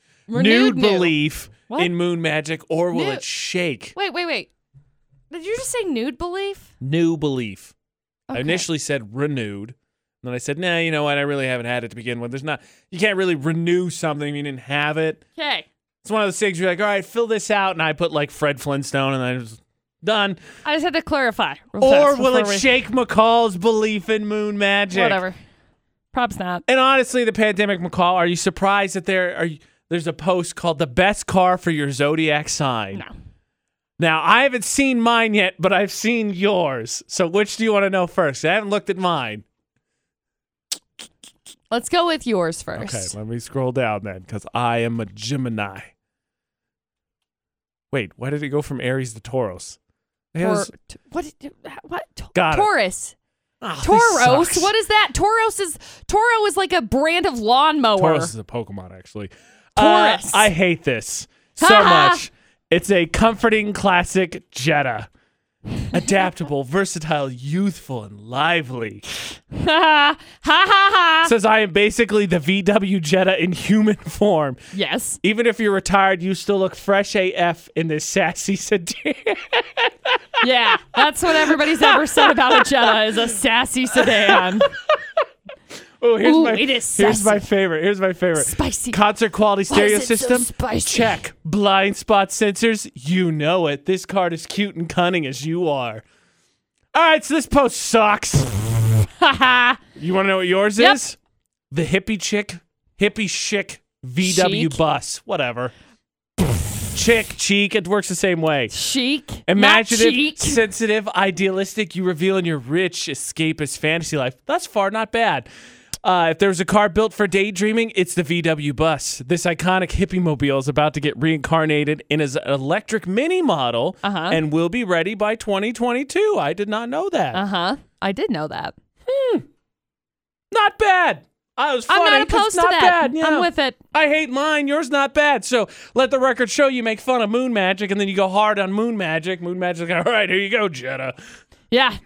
Speaker 1: nude
Speaker 2: Renewed new.
Speaker 1: belief
Speaker 2: What?
Speaker 1: in moon magic, or will
Speaker 2: New-
Speaker 1: it shake
Speaker 2: Wait, wait, wait. Did you just say nude belief?
Speaker 1: new belief? I
Speaker 2: Okay.
Speaker 1: initially said renewed, and then I said, nah, you know what? I really haven't had it to begin with. There's not, you can't really renew something if you didn't have it.
Speaker 2: Okay.
Speaker 1: It's one of those things where you're like, all right, fill this out, and I put like Fred Flintstone, and I was done.
Speaker 2: I just had to clarify. real
Speaker 1: Or
Speaker 2: fast
Speaker 1: will it
Speaker 2: before we-
Speaker 1: shake McCall's belief in moon magic?
Speaker 2: Whatever. Props not.
Speaker 1: And honestly, the pandemic, McCall, are you surprised that there are? you- There's a post called "The Best Car for Your Zodiac Sign."
Speaker 2: No.
Speaker 1: Now, I haven't seen mine yet, but I've seen yours. So, which do you want to know first? I haven't looked at mine.
Speaker 2: Let's go with yours first.
Speaker 1: let me scroll down then, because I am a Gemini. Wait, why did it go from Aries to Taurus? It
Speaker 2: Tor-
Speaker 1: was-
Speaker 2: t- what? did- What? T-
Speaker 1: Got it.
Speaker 2: Taurus.
Speaker 1: Ah, this
Speaker 2: Toros.
Speaker 1: sucks.
Speaker 2: What is that? Toros is Toro is like a brand of lawnmower.
Speaker 1: Taurus is a Pokemon, actually. Uh,
Speaker 2: Taurus.
Speaker 1: I hate this so much. It's a comforting classic Jetta. Adaptable, versatile, youthful, and lively.
Speaker 2: ha ha ha ha.
Speaker 1: Says I am basically the VW Jetta in human form.
Speaker 2: yes.
Speaker 1: Even if you're retired, you still look fresh AF in this sassy sedan.
Speaker 2: Yeah. That's what everybody's ever said about a Jetta is a sassy sedan.
Speaker 1: oh, here's
Speaker 2: Ooh,
Speaker 1: my
Speaker 2: it is
Speaker 1: here's my
Speaker 2: sassy.
Speaker 1: favorite. Here's my favorite.
Speaker 2: Spicy.
Speaker 1: Concert quality
Speaker 2: Why is
Speaker 1: stereo
Speaker 2: it so
Speaker 1: system.
Speaker 2: spicy?
Speaker 1: Check. Blind spot sensors. You know it. This card is cute and cunning as you are. All right, so this post sucks.
Speaker 2: Ha ha.
Speaker 1: You want to know what yours
Speaker 2: Yep.
Speaker 1: is? The hippie chick, hippie chic VW
Speaker 2: Chic?
Speaker 1: bus, whatever. chick, cheek. It works the same way.
Speaker 2: Chic. Not
Speaker 1: Imaginative,
Speaker 2: cheek.
Speaker 1: sensitive, idealistic, you reveal in your rich, escapist fantasy life. Thus far, not bad. Uh, if there was a car built for daydreaming, it's the VW bus. This iconic hippie mobile is about to get reincarnated in his electric mini model
Speaker 2: Uh-huh.
Speaker 1: and will be ready by 2022. I did not know that.
Speaker 2: Uh huh. I did know that.
Speaker 1: Not bad. I was funny.
Speaker 2: I'm not
Speaker 1: It's
Speaker 2: opposed
Speaker 1: not
Speaker 2: to that.
Speaker 1: Bad. Yeah.
Speaker 2: I'm with it.
Speaker 1: I hate mine. Yours not bad. So let the record show you make fun of moon magic, and then you go hard on moon magic. Moon magic. All right, here you go, Jetta.
Speaker 2: Yeah.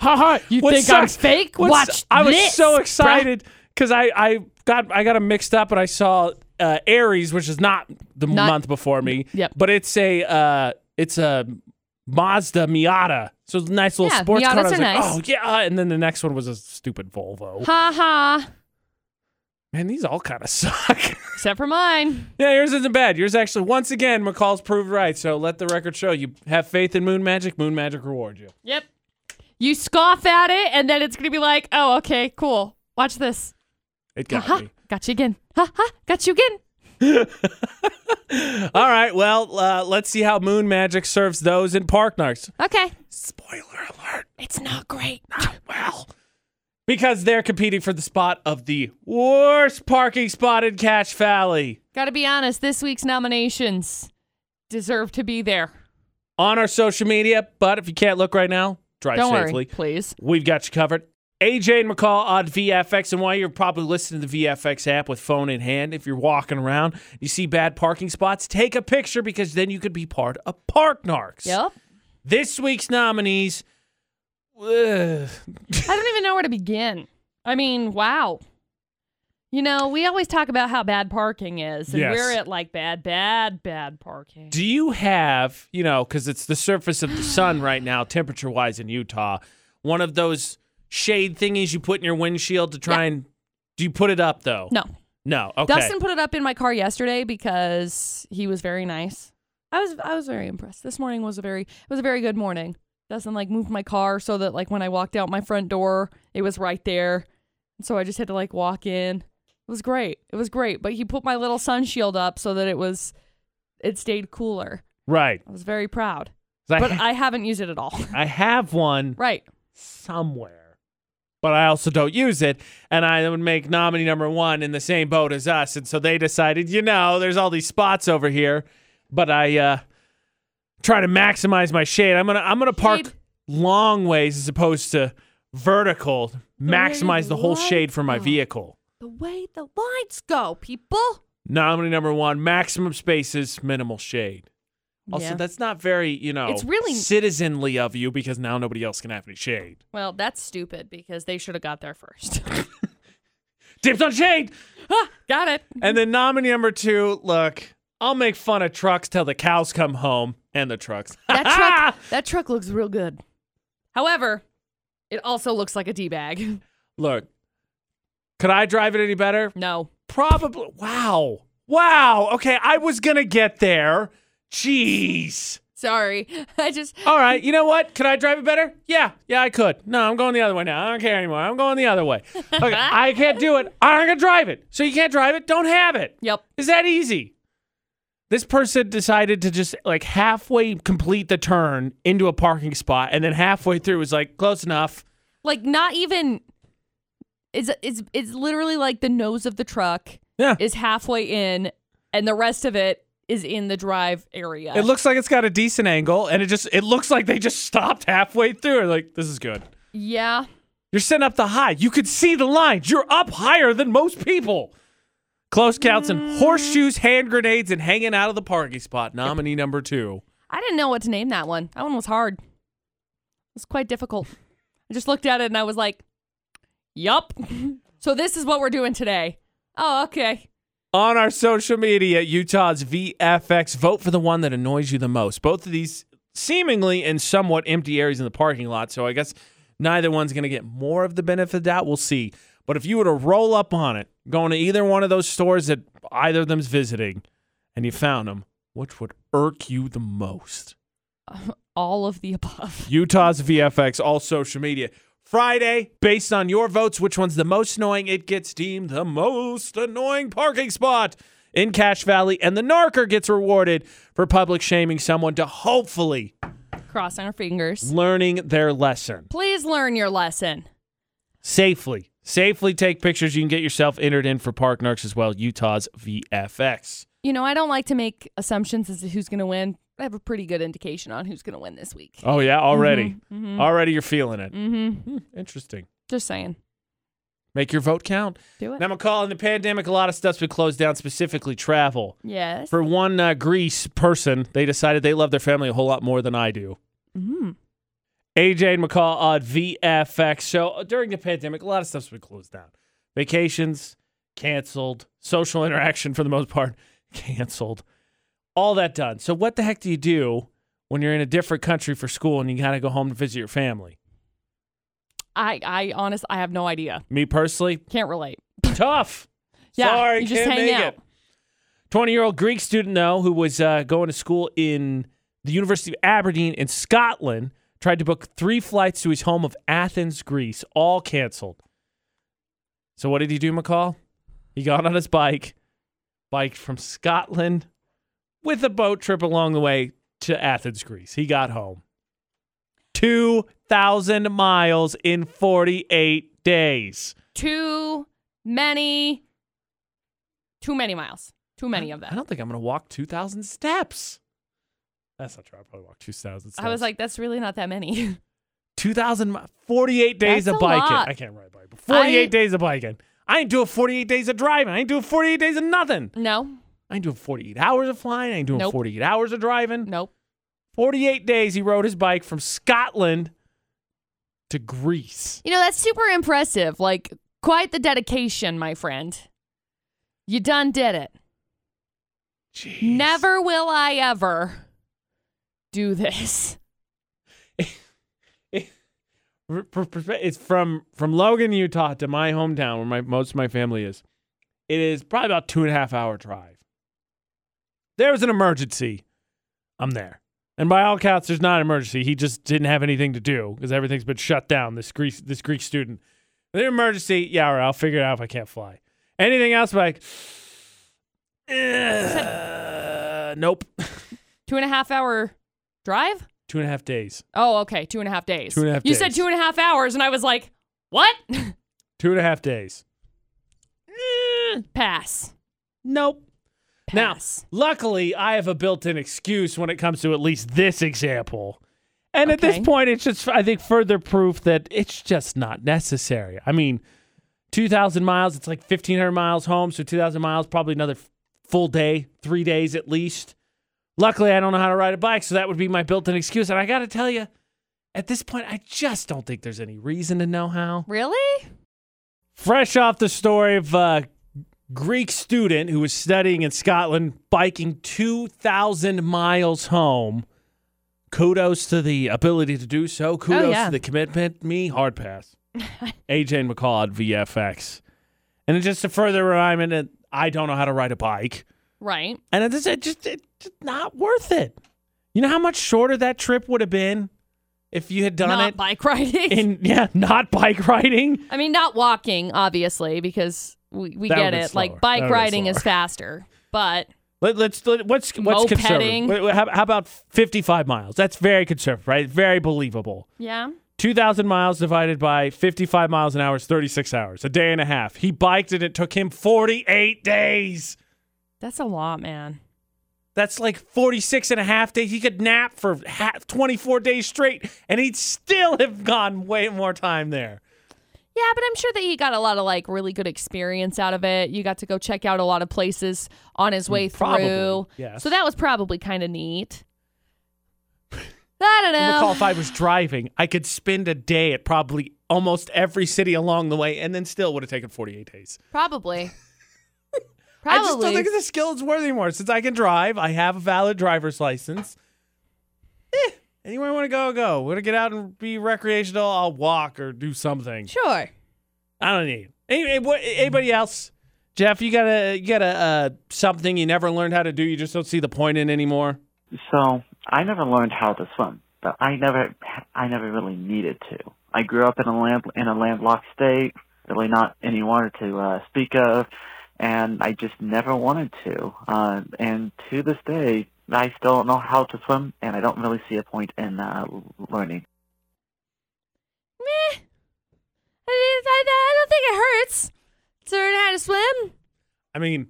Speaker 2: ha ha. You
Speaker 1: What
Speaker 2: think I'm
Speaker 1: sucks-
Speaker 2: fake?
Speaker 1: what
Speaker 2: Watch
Speaker 1: su- I was
Speaker 2: this,
Speaker 1: so
Speaker 2: bruh.
Speaker 1: excited because I, I got I got them mixed up, and I saw uh, Aries, which is not the
Speaker 2: Not-
Speaker 1: month before me.
Speaker 2: Yep.
Speaker 1: But it's a uh, it's a Mazda Miata. So it's a nice little
Speaker 2: Yeah,
Speaker 1: sports car.
Speaker 2: Miatas
Speaker 1: I was
Speaker 2: are
Speaker 1: like,
Speaker 2: nice.
Speaker 1: oh yeah. And then the next one was a stupid Volvo.
Speaker 2: Ha ha.
Speaker 1: Man, these all kind of suck.
Speaker 2: Except for mine.
Speaker 1: Yeah, yours isn't bad. Yours actually, once again, McCall's proved right. So let the record show you have faith in Moon Magic. Moon Magic reward you.
Speaker 2: Yep. You scoff at it, and then it's gonna be like, oh, okay, cool. Watch this.
Speaker 1: It
Speaker 2: Ha
Speaker 1: got
Speaker 2: ha.
Speaker 1: me.
Speaker 2: Got you again. Ha ha. Got you again.
Speaker 1: All right, well, uh, let's see how Moon Magic serves those in Park Narks.
Speaker 2: Okay.
Speaker 1: Spoiler alert. Ah,
Speaker 2: It's not great.
Speaker 1: Well, because they're competing for the spot of the worst parking spot in Cache Valley.
Speaker 2: Gotta be honest, this week's nominations deserve to be there.
Speaker 1: On our social media, but if you can't look right now, drive
Speaker 2: Don't
Speaker 1: safely.
Speaker 2: worry, please.
Speaker 1: We've got you covered. AJ and McCall on VFX, and while you're probably listening to the VFX app with phone in hand, if you're walking around, you see bad parking spots, take a picture because then you could be part of Park Narks.
Speaker 2: Yep.
Speaker 1: This week's nominees. ugh.
Speaker 2: I don't even know where to begin. I mean, wow. You know, we always talk about how bad parking is, and
Speaker 1: Yes.
Speaker 2: we're at like bad, bad, bad parking.
Speaker 1: Do you have, you know, because it's the surface of the sun right now, temperature wise in Utah, one of those shade thingies you put in your windshield to try and. Do you put it up though?
Speaker 2: No.
Speaker 1: No. Okay.
Speaker 2: Dustin put it up in my car yesterday because he was very nice. I was I was very impressed. This morning was a very it was a very good morning. Dustin like moved my car so that like when I walked out my front door, it was right there. And so I just had to like walk in. It was great. It was great. But he put my little sun shield up so that it was it stayed cooler.
Speaker 1: Right.
Speaker 2: I was very proud.
Speaker 5: 'Cause
Speaker 2: but
Speaker 5: I,
Speaker 2: I haven't used it at all.
Speaker 5: I have one
Speaker 2: right.
Speaker 5: somewhere.
Speaker 1: but I also don't use it. And I would make nominee number one in the same boat as us. And so they decided, you know, there's all these spots over here, but I uh, try to maximize my shade. I'm gonna I'm gonna park
Speaker 2: Shade.
Speaker 1: long ways as opposed to vertical, maximize the whole
Speaker 2: what?
Speaker 1: shade for my
Speaker 2: Oh.
Speaker 1: vehicle.
Speaker 2: The way the lights go, people.
Speaker 1: Nominee number one, maximum spaces, minimal shade. Also,
Speaker 2: Yeah.
Speaker 1: that's not very, you know,
Speaker 2: It's really-
Speaker 1: citizenly of you because now nobody else can have any shade.
Speaker 2: well, that's stupid because they should have got there first.
Speaker 1: Tips on shade.
Speaker 2: Ah, got it.
Speaker 1: And then nominee number two, look, I'll make fun of trucks till the cows come home and the trucks.
Speaker 2: That truck, that truck looks real good. However, it also looks like a d bag.
Speaker 1: look, could I drive it any better?
Speaker 2: No,
Speaker 1: Probably. Wow. Wow. Okay, I was gonna get there. Jeez.
Speaker 2: sorry. I just
Speaker 1: All right, you know what? Could I drive it better? Yeah, yeah, I could. No, I'm going the other way now. I don't care anymore. I'm going the other way. Okay, I can't do it. I'm not gonna drive it. So you can't drive it. Don't have it.
Speaker 2: yep.
Speaker 1: Is that easy? This person decided to just like halfway complete the turn into a parking spot, and then halfway through was like close enough.
Speaker 2: Like not even. It's it's it's literally like the nose of the truck
Speaker 1: Yeah,
Speaker 2: is halfway in, and the rest of it is in the drive area.
Speaker 1: it looks like it's got a decent angle, and it just it looks like they just stopped halfway through. Like this is good.
Speaker 2: yeah.
Speaker 1: You're sitting up the high. You could see the lines. You're up higher than most people. Close counts and horseshoes, hand grenades, and hanging out of the parking spot. Nominee number two.
Speaker 2: I didn't know what to name that one. That one was hard. It was quite difficult. I just looked at it and I was like, yup. so this is what we're doing today. Oh, okay.
Speaker 1: on our social media, Utah's VFX. Vote for the one that annoys you the most. Both of these seemingly in somewhat empty areas in the parking lot. So I guess neither one's going to get more of the benefit of the doubt. We'll see. But if you were to roll up on it, going to either one of those stores that either of them's visiting, and you found them, which would irk you the most?
Speaker 2: All of the above.
Speaker 1: Utah's VFX, all social media. Friday, based on your votes, which one's the most annoying? It gets deemed the most annoying parking spot in Cache Valley, and the narker gets rewarded for public shaming someone to hopefully
Speaker 2: Crossing our fingers.
Speaker 1: learning their lesson
Speaker 2: Please learn your lesson.
Speaker 1: safely. Safely take pictures. You can get yourself entered in for Park Narks as well. Utah's VFX.
Speaker 2: You know, I don't like to make assumptions as to who's going to win. I have a pretty good indication on who's going to win this week.
Speaker 1: Oh yeah, already,
Speaker 2: Mhm,
Speaker 1: already you're feeling it.
Speaker 2: mhm, mhm.
Speaker 1: Hmm, interesting.
Speaker 2: Just saying.
Speaker 1: Make your vote count.
Speaker 2: Do it.
Speaker 1: Now, McCall, in the pandemic, a lot of stuff's been closed down, specifically travel.
Speaker 2: yes.
Speaker 1: For one uh, Greece person, they decided they love their family a whole lot more than I do.
Speaker 2: mm.
Speaker 1: AJ and McCall on VFX. So uh, during the pandemic, a lot of stuff's been closed down. Vacations canceled, social interaction for the most part canceled, all that done. So what the heck do you do when you're in a different country for school and you gotta go home to visit your family?
Speaker 2: I, I honest, I have no idea.
Speaker 1: Me personally,
Speaker 2: Can't relate.
Speaker 1: tough.
Speaker 2: Yeah,
Speaker 1: Sorry,
Speaker 2: you just
Speaker 1: can't
Speaker 2: hang
Speaker 1: make
Speaker 2: out.
Speaker 1: it. 20 year old Greek student, though, who was uh, going to school in the University of Aberdeen in Scotland, tried to book three flights to his home of Athens, Greece, all canceled. So, what did he do, McCall? He got on his bike, biked from Scotland with a boat trip along the way to Athens, Greece. He got home. 2,000 miles in 48 days.
Speaker 2: too many too many miles too many of
Speaker 1: I
Speaker 2: them
Speaker 1: don't think I'm gonna walk two thousand steps. That's not true. I probably walk two thousand steps.
Speaker 2: i was like that's really not that many
Speaker 1: two thousand forty-eight days
Speaker 2: That's
Speaker 1: of
Speaker 2: a
Speaker 1: biking.
Speaker 2: lot.
Speaker 1: I can't ride a bike, but forty-eight
Speaker 2: I-
Speaker 1: days of biking. I ain't doing forty-eight days of driving. I ain't doing forty-eight days of nothing.
Speaker 2: no
Speaker 1: I ain't doing forty-eight hours of flying. I ain't doing
Speaker 2: Nope.
Speaker 1: forty-eight hours of driving.
Speaker 2: nope
Speaker 1: Forty-eight days he rode his bike from Scotland to Greece.
Speaker 2: you know that's super impressive like quite the dedication my friend you done did it
Speaker 1: Jeez.
Speaker 2: never will i ever do this
Speaker 1: for- for perspe- it's from from Logan, Utah, to my hometown where my most of my family is. It is probably about two and a half hour drive. There was an emergency. I'm there, and by all counts, there's not an emergency. He just didn't have anything to do because everything's been shut down. This Greek this Greek student. The emergency, yeah, all right, I'll figure it out if I can't fly. Anything else, like, eh, nope.
Speaker 2: two and a half hour drive
Speaker 1: Two and a half days.
Speaker 2: Oh, okay. Two and a half days.
Speaker 1: Two and a half
Speaker 2: You said
Speaker 1: days.
Speaker 2: two and a half hours, and I was like, what?
Speaker 1: Two and a half days.
Speaker 2: Pass.
Speaker 1: Nope.
Speaker 2: Pass.
Speaker 1: Now, luckily, I have a built-in excuse when it comes to at least this example. And at this
Speaker 2: Okay.
Speaker 1: point, it's just I think further proof that it's just not necessary. I mean, 2,000 miles, it's like 1,500 miles home, so 2,000 miles, probably another f- full day, three days at least. Luckily, I don't know how to ride a bike, so that would be my built-in excuse. And I got to tell you, at this point, I just don't think there's any reason to know how
Speaker 2: Really?
Speaker 1: fresh off the story of a Greek student who was studying in Scotland, biking 2,000 miles home. Kudos to the ability to do so. Kudos
Speaker 2: Oh, yeah.
Speaker 1: to the commitment. Me, hard pass. AJ and McCall at VFX. And it's just a further reminder that I don't know how to ride a bike.
Speaker 2: Right.
Speaker 1: And it just, it just, it's just not worth it. You know how much shorter that trip would have been if you had done
Speaker 2: not
Speaker 1: it
Speaker 2: bike riding.
Speaker 1: in, yeah, not bike riding?
Speaker 2: I mean, not walking, obviously, because we, we
Speaker 1: That
Speaker 2: get
Speaker 1: would've been
Speaker 2: it. Like,
Speaker 1: slower.
Speaker 2: bike
Speaker 1: That would've been
Speaker 2: riding is
Speaker 1: slower.
Speaker 2: faster, but
Speaker 1: Let, let's let, what's what's
Speaker 2: Mopeding.
Speaker 1: conservative? Wait, wait, How, how about 55 miles? That's very conservative, right? Very believable.
Speaker 2: yeah.
Speaker 1: 2,000 miles divided by 55 miles an hour is 36 hours, a day and a half. He biked and it took him 48 days.
Speaker 2: That's a lot, man.
Speaker 1: That's like 46 and a half days. He could nap for half, 24 days straight and he'd still have gone way more time there.
Speaker 2: Yeah, but I'm sure that he got a lot of like really good experience out of it. You got to go check out a lot of places on his way
Speaker 1: Mm, probably,
Speaker 2: through.
Speaker 1: yes.
Speaker 2: So that was probably kind of neat. I don't know.
Speaker 1: Recall if I was driving, I could spend a day at probably almost every city along the way and then still would have taken 48 days.
Speaker 2: Probably.
Speaker 1: I just
Speaker 2: Probably.
Speaker 1: don't think the skill is worth anymore. Since I can drive, I have a valid driver's license. Eh, anywhere I want to go, go. Want to get out and be recreational? I'll walk or do something.
Speaker 2: sure.
Speaker 1: I don't need. it. Any, eh, what, anybody else? Jeff, you got a you got a uh, something you never learned how to do. You just don't see the point in anymore.
Speaker 6: So I never learned how to swim, but I never, I never really needed to. I grew up in a land in a landlocked state, really not any water to uh, speak of, and I just never wanted to. Uh, and to this day, I still don't know how to swim, and I don't really see a point in uh, learning.
Speaker 2: Meh. I, I, I don't think it hurts to learn how to swim.
Speaker 1: I mean,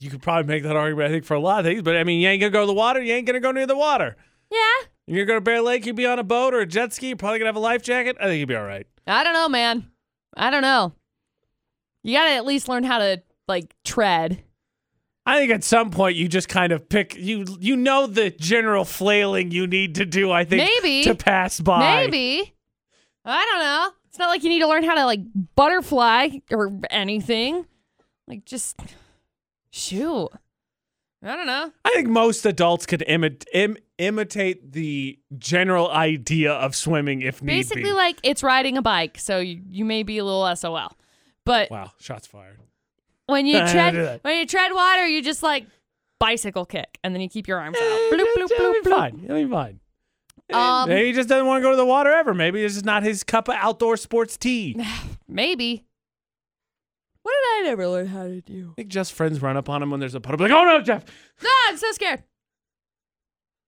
Speaker 1: you could probably make that argument. I think for a lot of things, but I mean, you ain't gonna go to the water. You ain't gonna go near the water.
Speaker 2: Yeah.
Speaker 1: You're gonna go to Bear Lake. You'd be on a boat or a jet ski. You're probably gonna have a life jacket. I think you'd be all right.
Speaker 2: I don't know, man. I don't know. You got to at least learn how to like tread.
Speaker 1: I think at some point you just kind of pick you you know the general flailing you need to do. I think
Speaker 2: Maybe.
Speaker 1: to pass by.
Speaker 2: Maybe. I don't know. It's not like you need to learn how to like butterfly or anything. Like just shoot. I don't know.
Speaker 1: I think most adults could imi- im- imitate the general idea of swimming if need
Speaker 2: Basically,
Speaker 1: be.
Speaker 2: like it's riding a bike, so you, you may be a little SOL. But
Speaker 1: wow, shots fired.
Speaker 2: when you
Speaker 1: I don't do
Speaker 2: tread
Speaker 1: that.
Speaker 2: when you tread water, you just like bicycle kick, and then you keep your arms out.
Speaker 1: Eh,
Speaker 2: Bloop, bloop,
Speaker 1: it'll
Speaker 2: bloop,
Speaker 1: be
Speaker 2: bloop.
Speaker 1: fine. It'll be fine. Eh,
Speaker 2: Um,
Speaker 1: Maybe he just doesn't want to go to the water ever. Maybe this is not his cup of outdoor sports tea. I
Speaker 2: Maybe. What did I never learn how to do?
Speaker 1: think just friends run up on him when there's a puddle. Like, oh no, Jeff.
Speaker 2: No, I'm so scared.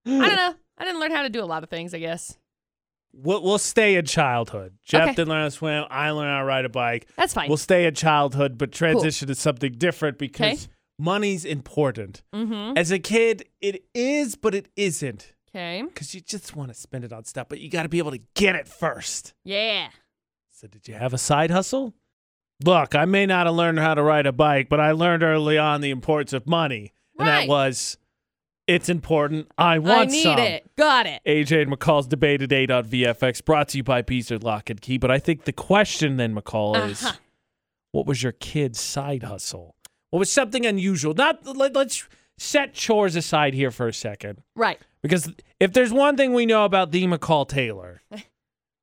Speaker 2: I don't know. I didn't learn how to do a lot of things, I guess.
Speaker 1: We'll, we'll stay in childhood. Jeff
Speaker 2: Okay.
Speaker 1: didn't learn how to swim. I learned how to ride a bike.
Speaker 2: That's fine.
Speaker 1: We'll stay at childhood, but transition to something different because money's important.
Speaker 2: mm-hmm.
Speaker 1: As a kid, it is, but it isn't
Speaker 2: Okay.
Speaker 1: because you just want to spend it on stuff, but you got to be able to get it first.
Speaker 2: Yeah.
Speaker 1: So, did you have a side hustle? Look, I may not have learned how to ride a bike, but I learned early on the importance of money. And that
Speaker 2: Right.
Speaker 1: was, it's important. I want
Speaker 2: I need
Speaker 1: some.
Speaker 2: it. Got it.
Speaker 1: AJ and McCall's debate today on VFX brought to you by Beezer Lock and Key. But I think the question then, McCall, is
Speaker 2: Uh-huh.
Speaker 1: what was your kid's side hustle? What was something unusual? Not let, let's set chores aside here for a second.
Speaker 2: Right.
Speaker 1: Because if there's one thing we know about the McCall Taylor,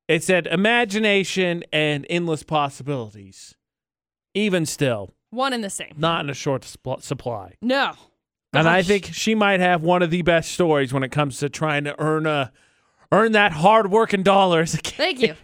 Speaker 1: it's that imagination and endless possibilities. Even still,
Speaker 2: One and the same.
Speaker 1: not in a short supp- supply.
Speaker 2: No.
Speaker 1: And I
Speaker 2: Gosh.
Speaker 1: think she might have one of the best stories when it comes to trying to earn a earn that hard working dollar as a kid.
Speaker 2: Thank you.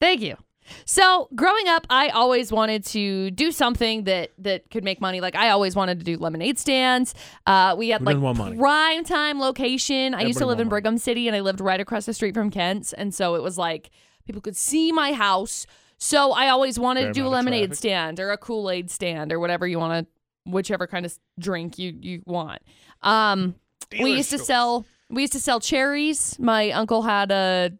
Speaker 2: Thank you. So growing up, I always wanted to do something that that could make money. Like I always wanted to do lemonade stands. Uh, we had
Speaker 1: Who
Speaker 2: like
Speaker 1: doesn't want money?
Speaker 2: prime time location. I used
Speaker 1: Everybody
Speaker 2: to live
Speaker 1: want
Speaker 2: in
Speaker 1: money.
Speaker 2: Brigham City, and I lived right across the street from Kent's, and so it was like people could see my house. So I always wanted
Speaker 1: Fair
Speaker 2: to do a
Speaker 1: amount of
Speaker 2: lemonade
Speaker 1: traffic.
Speaker 2: stand or a Kool Aid stand or whatever you want to, whichever kind of drink you you want. Um, we used to sell we used to sell cherries. My uncle had a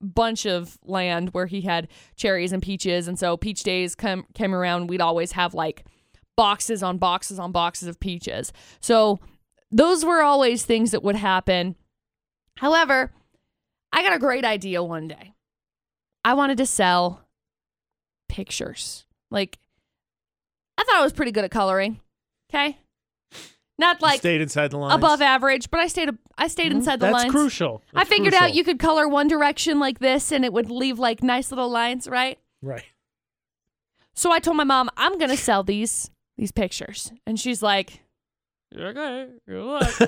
Speaker 2: bunch of land where he had cherries and peaches, and so peach days come came around. We'd always have like boxes on boxes on boxes of peaches. So those were always things that would happen. However, I got a great idea one day. I wanted to sell pictures. Like I thought I was pretty good at coloring. Okay. Not like
Speaker 5: stayed inside the lines.
Speaker 2: above average, but I stayed a, I stayed
Speaker 1: Mm-hmm.
Speaker 2: inside the
Speaker 5: That's
Speaker 2: lines.
Speaker 5: crucial.
Speaker 2: I
Speaker 5: That's
Speaker 2: figured out
Speaker 5: crucial.
Speaker 2: you could color one direction like this and it would leave like nice little lines, right?
Speaker 5: right.
Speaker 2: So I told my mom, I'm going to sell these these pictures. And she's like, "Okay, good luck.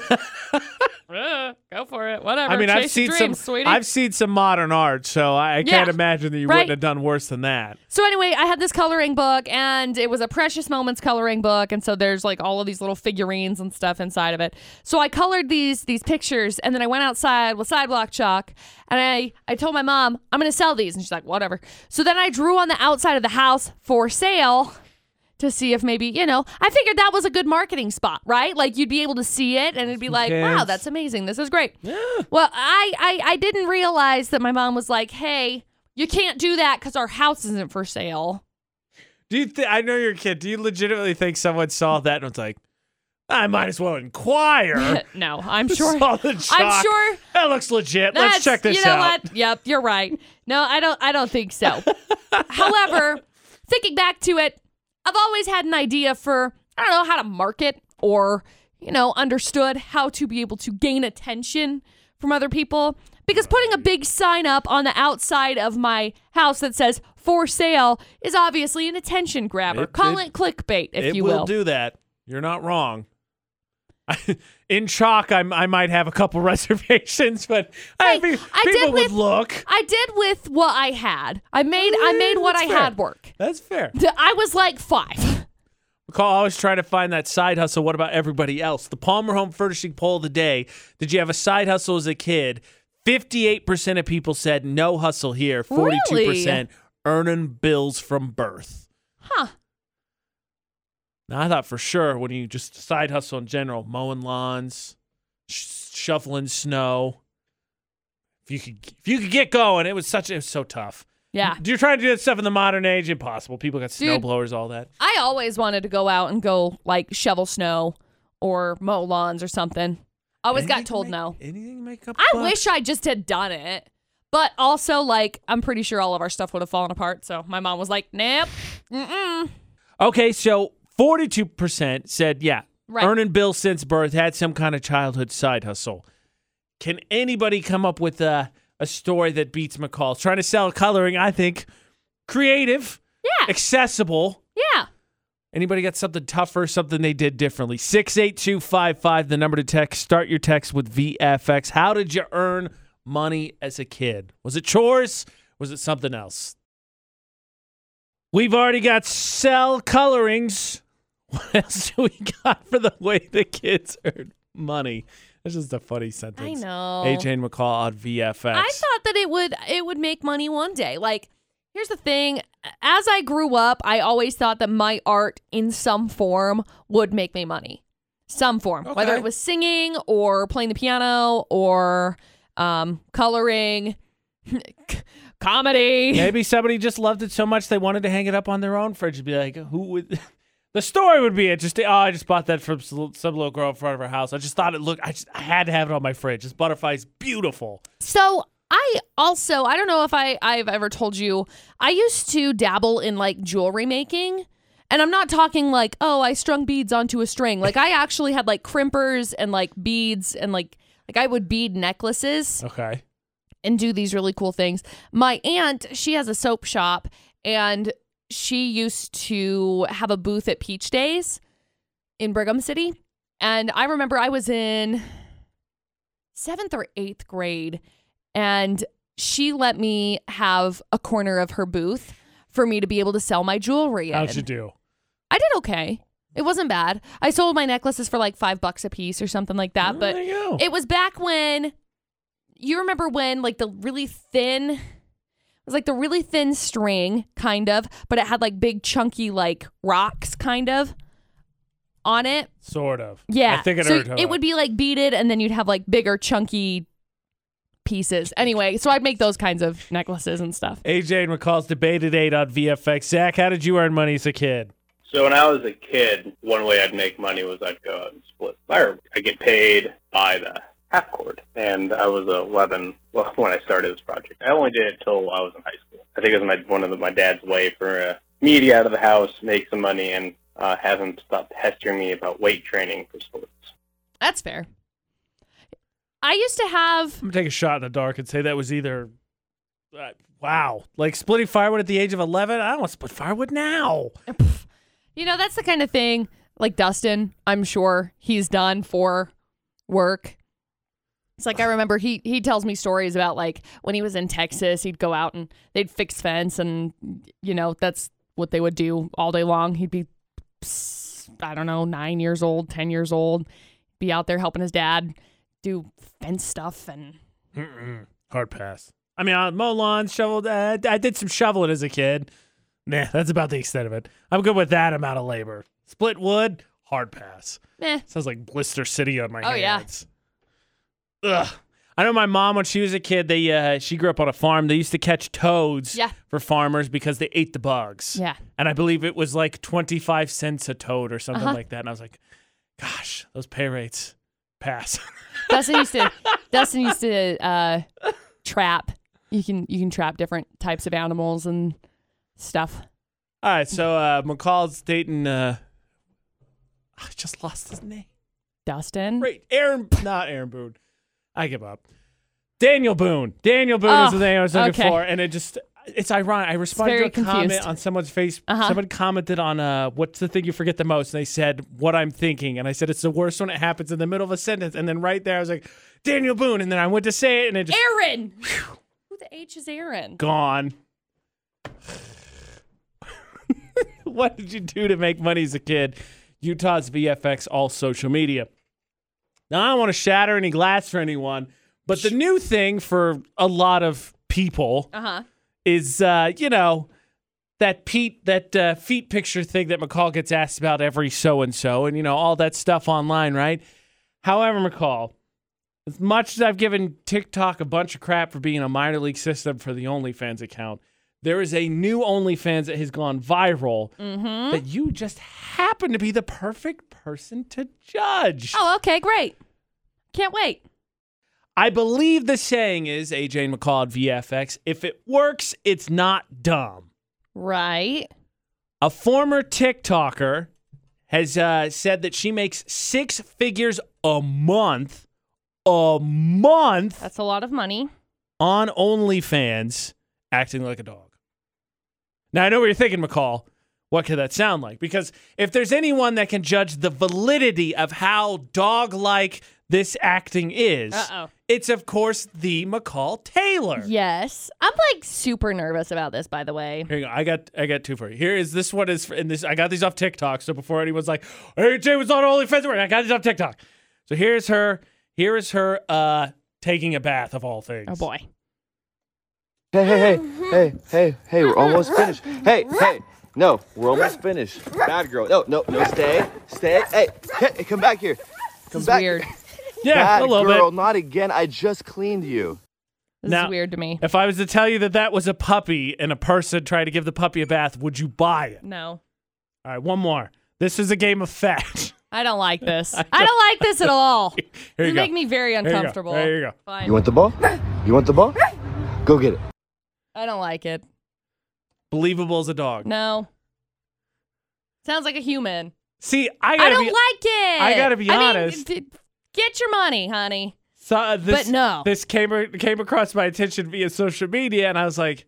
Speaker 2: Uh, Go for it. Whatever.
Speaker 1: I mean, I've
Speaker 2: Chase your
Speaker 1: seen
Speaker 2: dreams,
Speaker 1: some.
Speaker 2: sweetie."
Speaker 1: I've seen some modern art, so I, I can't
Speaker 2: Yeah.
Speaker 1: imagine that you
Speaker 2: Right.
Speaker 1: wouldn't have done worse than that.
Speaker 2: So anyway, I had this coloring book and it was a precious moments coloring book and so there's like all of these little figurines and stuff inside of it. So I colored these these pictures and then I went outside with sidewalk chalk and I I told my mom, "I'm going to sell these." And she's like, "Whatever." So then I drew on the outside of the house for sale to see if maybe, you know, I figured that was a good marketing spot, right? Like you'd be able to see it and it'd be like, "Wow,
Speaker 5: Yes.
Speaker 2: that's amazing. This is great." Well, I, I I didn't realize that my mom was like, "Hey, you can't do that because our house isn't for sale."
Speaker 1: Do you? Th- I know you're a kid. Do you legitimately think someone saw that and was like, "I might as well inquire"?
Speaker 2: no, I'm sure.
Speaker 1: Saw the
Speaker 2: I'm
Speaker 1: chalk.
Speaker 2: sure.
Speaker 1: that looks legit.
Speaker 2: That's,
Speaker 1: Let's check this
Speaker 2: you know
Speaker 1: out.
Speaker 2: what? Yep, you're right. No, I don't. I don't think so. However, thinking back to it, I've always had an idea for I don't know how to market or you know understood how to be able to gain attention from other people because putting a big sign up on the outside of my house that says for sale is obviously an attention grabber.
Speaker 1: It-
Speaker 2: Call
Speaker 1: it-
Speaker 2: it, clickbait if
Speaker 1: it
Speaker 2: you
Speaker 1: will
Speaker 2: will.
Speaker 1: do that. You're not wrong. In chalk, I, I might have a couple reservations, but I
Speaker 2: Hey,
Speaker 1: mean,
Speaker 2: I did
Speaker 1: people would
Speaker 2: with-
Speaker 1: look.
Speaker 2: I did with what I had. I made I made what
Speaker 1: Mm, That's
Speaker 2: I
Speaker 1: fair.
Speaker 2: had work.
Speaker 1: That's fair.
Speaker 2: Th- I was like five.
Speaker 1: McCall, I always try to find that side hustle. What about everybody else? The Palmer Home Furnishing poll of the day. Did you have a side hustle as a kid? 58% of people said no hustle here. 42%
Speaker 2: Really?
Speaker 1: earning bills from birth.
Speaker 2: Huh.
Speaker 1: Now, I thought for sure when you just side hustle in general, mowing lawns, sh- shoveling snow. If you could, if you could get going, it was such, it was so tough.
Speaker 2: Yeah.
Speaker 1: You're trying to do that stuff in the modern age, impossible. People got snow
Speaker 2: Dude.
Speaker 1: blowers, all that.
Speaker 2: I always wanted to go out and go like shovel snow or mow lawns or something. I always got
Speaker 1: Anything
Speaker 2: told
Speaker 1: make-
Speaker 2: no.
Speaker 1: Anything to make up.
Speaker 2: I
Speaker 1: bucks.
Speaker 2: wish I just had done it. But also, like, I'm pretty sure all of our stuff would have fallen apart. So my mom was like, nope. Mm-mm.
Speaker 1: Okay, so 42% said, yeah,
Speaker 2: Right.
Speaker 1: earning bills since birth, had some kind of childhood side hustle. Can anybody come up with a, a story that beats McCall? Trying to sell coloring, I think, creative,
Speaker 2: Yeah.
Speaker 1: accessible.
Speaker 2: Yeah.
Speaker 1: Anybody got something tougher, something they did differently? 68255, the number to text. Start your text with VFX. How did you earn money as a kid? Was it chores? Was it something else? We've already got cell colorings. What else do we got for the way the kids earn money? That's just a funny
Speaker 2: I
Speaker 1: sentence.
Speaker 2: know.
Speaker 1: AJ and McCall on VFX.
Speaker 2: I thought that it would it would make money one day. Like, here's the thing: as I grew up, I always thought that my art in some form would make me money, some form, whether
Speaker 1: Okay.
Speaker 2: it was singing or playing the piano or um, coloring, comedy.
Speaker 1: Maybe somebody just loved it so much they wanted to hang it up on their own fridge and be like, who would. The story would be interesting. Oh, I just bought that from some some little girl in front of her house. I just thought it looked, I just I had to have it on my fridge. This butterfly's beautiful.
Speaker 2: So I also I don't know if I I've ever told you I used to dabble in like jewelry making. And I'm not talking like, oh, I strung beads onto a string. Like I actually had like crimpers and like beads and like like I would bead necklaces
Speaker 1: Okay.
Speaker 2: and do these really cool things. My aunt, she has a soap shop and she used to have a booth at Peach Days in Brigham City. And I remember I was in seventh or eighth grade and she let me have a corner of her booth. for me to be able to sell my jewelry. In.
Speaker 7: How'd you do?
Speaker 2: I did okay. It wasn't bad. I sold my necklaces for like five bucks a piece or something like that. But
Speaker 7: there you go.
Speaker 2: it was back when you remember when like the really thin it was like the really thin string kind of, but it had like big chunky like rocks kind of on it.
Speaker 7: sort of.
Speaker 2: Yeah.
Speaker 7: I think I know
Speaker 2: so
Speaker 7: what you're talking
Speaker 2: it would be like beaded and then you'd have like bigger chunky pieces. Anyway, so I'd make those kinds of necklaces and stuff.
Speaker 1: AJ and McCall's debate at 8 on VFX. Zach, how did you earn money as a kid?
Speaker 8: So when I was a kid, one way I'd make money was I'd go out and split fireworks. I get paid by the half cord, and I was 11 well, when I started this project. I only did it till I was in high school. I think it was my one of the, my dad's way for uh, me to get out of the house, make some money, and uh, have him stop pestering me about weight training for sports.
Speaker 2: That's fair. I used to have
Speaker 7: I'm gonna take a shot in the dark and say that was either. Uh, wow.
Speaker 1: Like splitting firewood at the age of 11? I don't want to split firewood now.
Speaker 2: You know, that's the kind of thing like Dustin, I'm sure he's done for work. It's like I remember he he tells me stories about like when he was in Texas, he'd go out and they'd fix fence and you know, that's what they would do all day long. He'd be s- I don't know, 9 years old, 10 years old, be out there helping his dad do fence stuff and
Speaker 7: Mm-mm. Hard pass.
Speaker 1: I mean, I mow lawns, shoveled. Uh, I did some shoveling as a kid.
Speaker 7: Nah, that's about the extent of it. I'm good with that amount of labor. Split wood, hard pass.
Speaker 2: eh.
Speaker 7: Sounds like Blister City on my
Speaker 2: Oh, yeah.
Speaker 7: hands.
Speaker 1: Ugh. I know my mom when she was a kid. They uh, she grew up on a farm. They used to catch toads
Speaker 2: Yeah.
Speaker 1: for farmers because they ate the bugs.
Speaker 2: Yeah.
Speaker 1: and I believe it was like twenty five cents a toad or something
Speaker 2: Uh-huh.
Speaker 1: like that. And I was like, gosh, those pay rates pass.
Speaker 2: Dustin used to Dustin used to uh, trap. You can you can trap different types of animals and stuff.
Speaker 1: All right, so uh, McCall's dating. Uh, I just lost his name.
Speaker 2: Dustin.
Speaker 1: Great, Aaron, not Aaron Boone. I give up. Daniel Boone. Daniel Boone
Speaker 2: Oh,
Speaker 1: is the name I was looking
Speaker 2: okay.
Speaker 1: for, and it just—it's ironic. I responded to
Speaker 2: very
Speaker 1: a comment
Speaker 2: confused.
Speaker 1: on someone's face.
Speaker 2: Uh-huh.
Speaker 1: Someone commented on uh, "What's the thing you forget the most?" and they said, "What I'm thinking," and I said, "It's the worst when it happens in the middle of a sentence." And then right there, I was like, "Daniel Boone," and then I went to say it, and it just
Speaker 2: Aaron. Who the H is Aaron?
Speaker 1: gone. what did you do to make money as a kid? Utah's VFX, all social media. Now, I don't want to shatter any glass for anyone, but the new thing for a lot of people
Speaker 2: Uh huh.
Speaker 1: is, uh, you know, that Pete, that uh, feet picture thing that McCall gets asked about every so and so, and, you know, all that stuff online, right? However, McCall, as much as I've given TikTok a bunch of crap for being a minor league system for the OnlyFans account, there is a new OnlyFans that has gone viral
Speaker 2: Mm-hmm.
Speaker 1: that you just happen to be the perfect person to judge.
Speaker 2: Oh, okay, great. Can't wait.
Speaker 1: I believe the saying is AJ and McCall at VFX if it works, it's not dumb.
Speaker 2: Right.
Speaker 1: A former TikToker has uh, said that she makes six figures a month, a month
Speaker 2: That's a lot of money.
Speaker 1: on OnlyFans acting like a dog. Now, I know what you're thinking, McCall. What could that sound like? Because if there's anyone that can judge the validity of how dog like this acting is,
Speaker 2: Uh
Speaker 1: it's of course the McCall Taylor.
Speaker 2: Yes. I'm like super nervous about this, by the way.
Speaker 1: Here you go. I got I got two for you. Here is this one is and this I got these off TikTok. So before anyone's like, AJ was on OnlyFans, I got these off TikTok. So here's her. Here is her uh taking a bath of all things.
Speaker 2: Oh boy.
Speaker 9: Hey, hey, hey, hey, hey, hey, we're almost finished. Hey, hey, no, we're almost finished. Bad girl. No, no, no, stay, stay. Hey, hey come back here. Come
Speaker 2: This is
Speaker 9: back.
Speaker 2: weird.
Speaker 1: Yeah,
Speaker 9: Bad
Speaker 1: a little
Speaker 9: girl,
Speaker 1: bit.
Speaker 9: not again. I just cleaned you.
Speaker 2: This
Speaker 1: Now-
Speaker 2: is weird to me.
Speaker 1: If I was to tell you that that was a puppy and a person tried to give the puppy a bath, would you buy it?
Speaker 2: No.
Speaker 1: All right, one more. This is a game of fact.
Speaker 2: I don't like this. I don't like this at all.
Speaker 1: Here you
Speaker 2: This is
Speaker 1: go.
Speaker 2: making me very
Speaker 1: Here you go.
Speaker 2: uncomfortable.
Speaker 1: There you go.
Speaker 2: Fine.
Speaker 9: You want the ball? You want the ball? Go get it.
Speaker 2: I don't like it.
Speaker 1: Believable as a dog.
Speaker 2: No. Sounds like a human.
Speaker 1: See, I
Speaker 2: I,
Speaker 1: gotta
Speaker 2: don't
Speaker 1: be.
Speaker 2: like it.
Speaker 1: I gotta be
Speaker 2: I mean,
Speaker 1: honest.
Speaker 2: d- get your money, honey.
Speaker 1: So, uh, this,
Speaker 2: But no.
Speaker 1: this came came across my attention via social media, and I was like,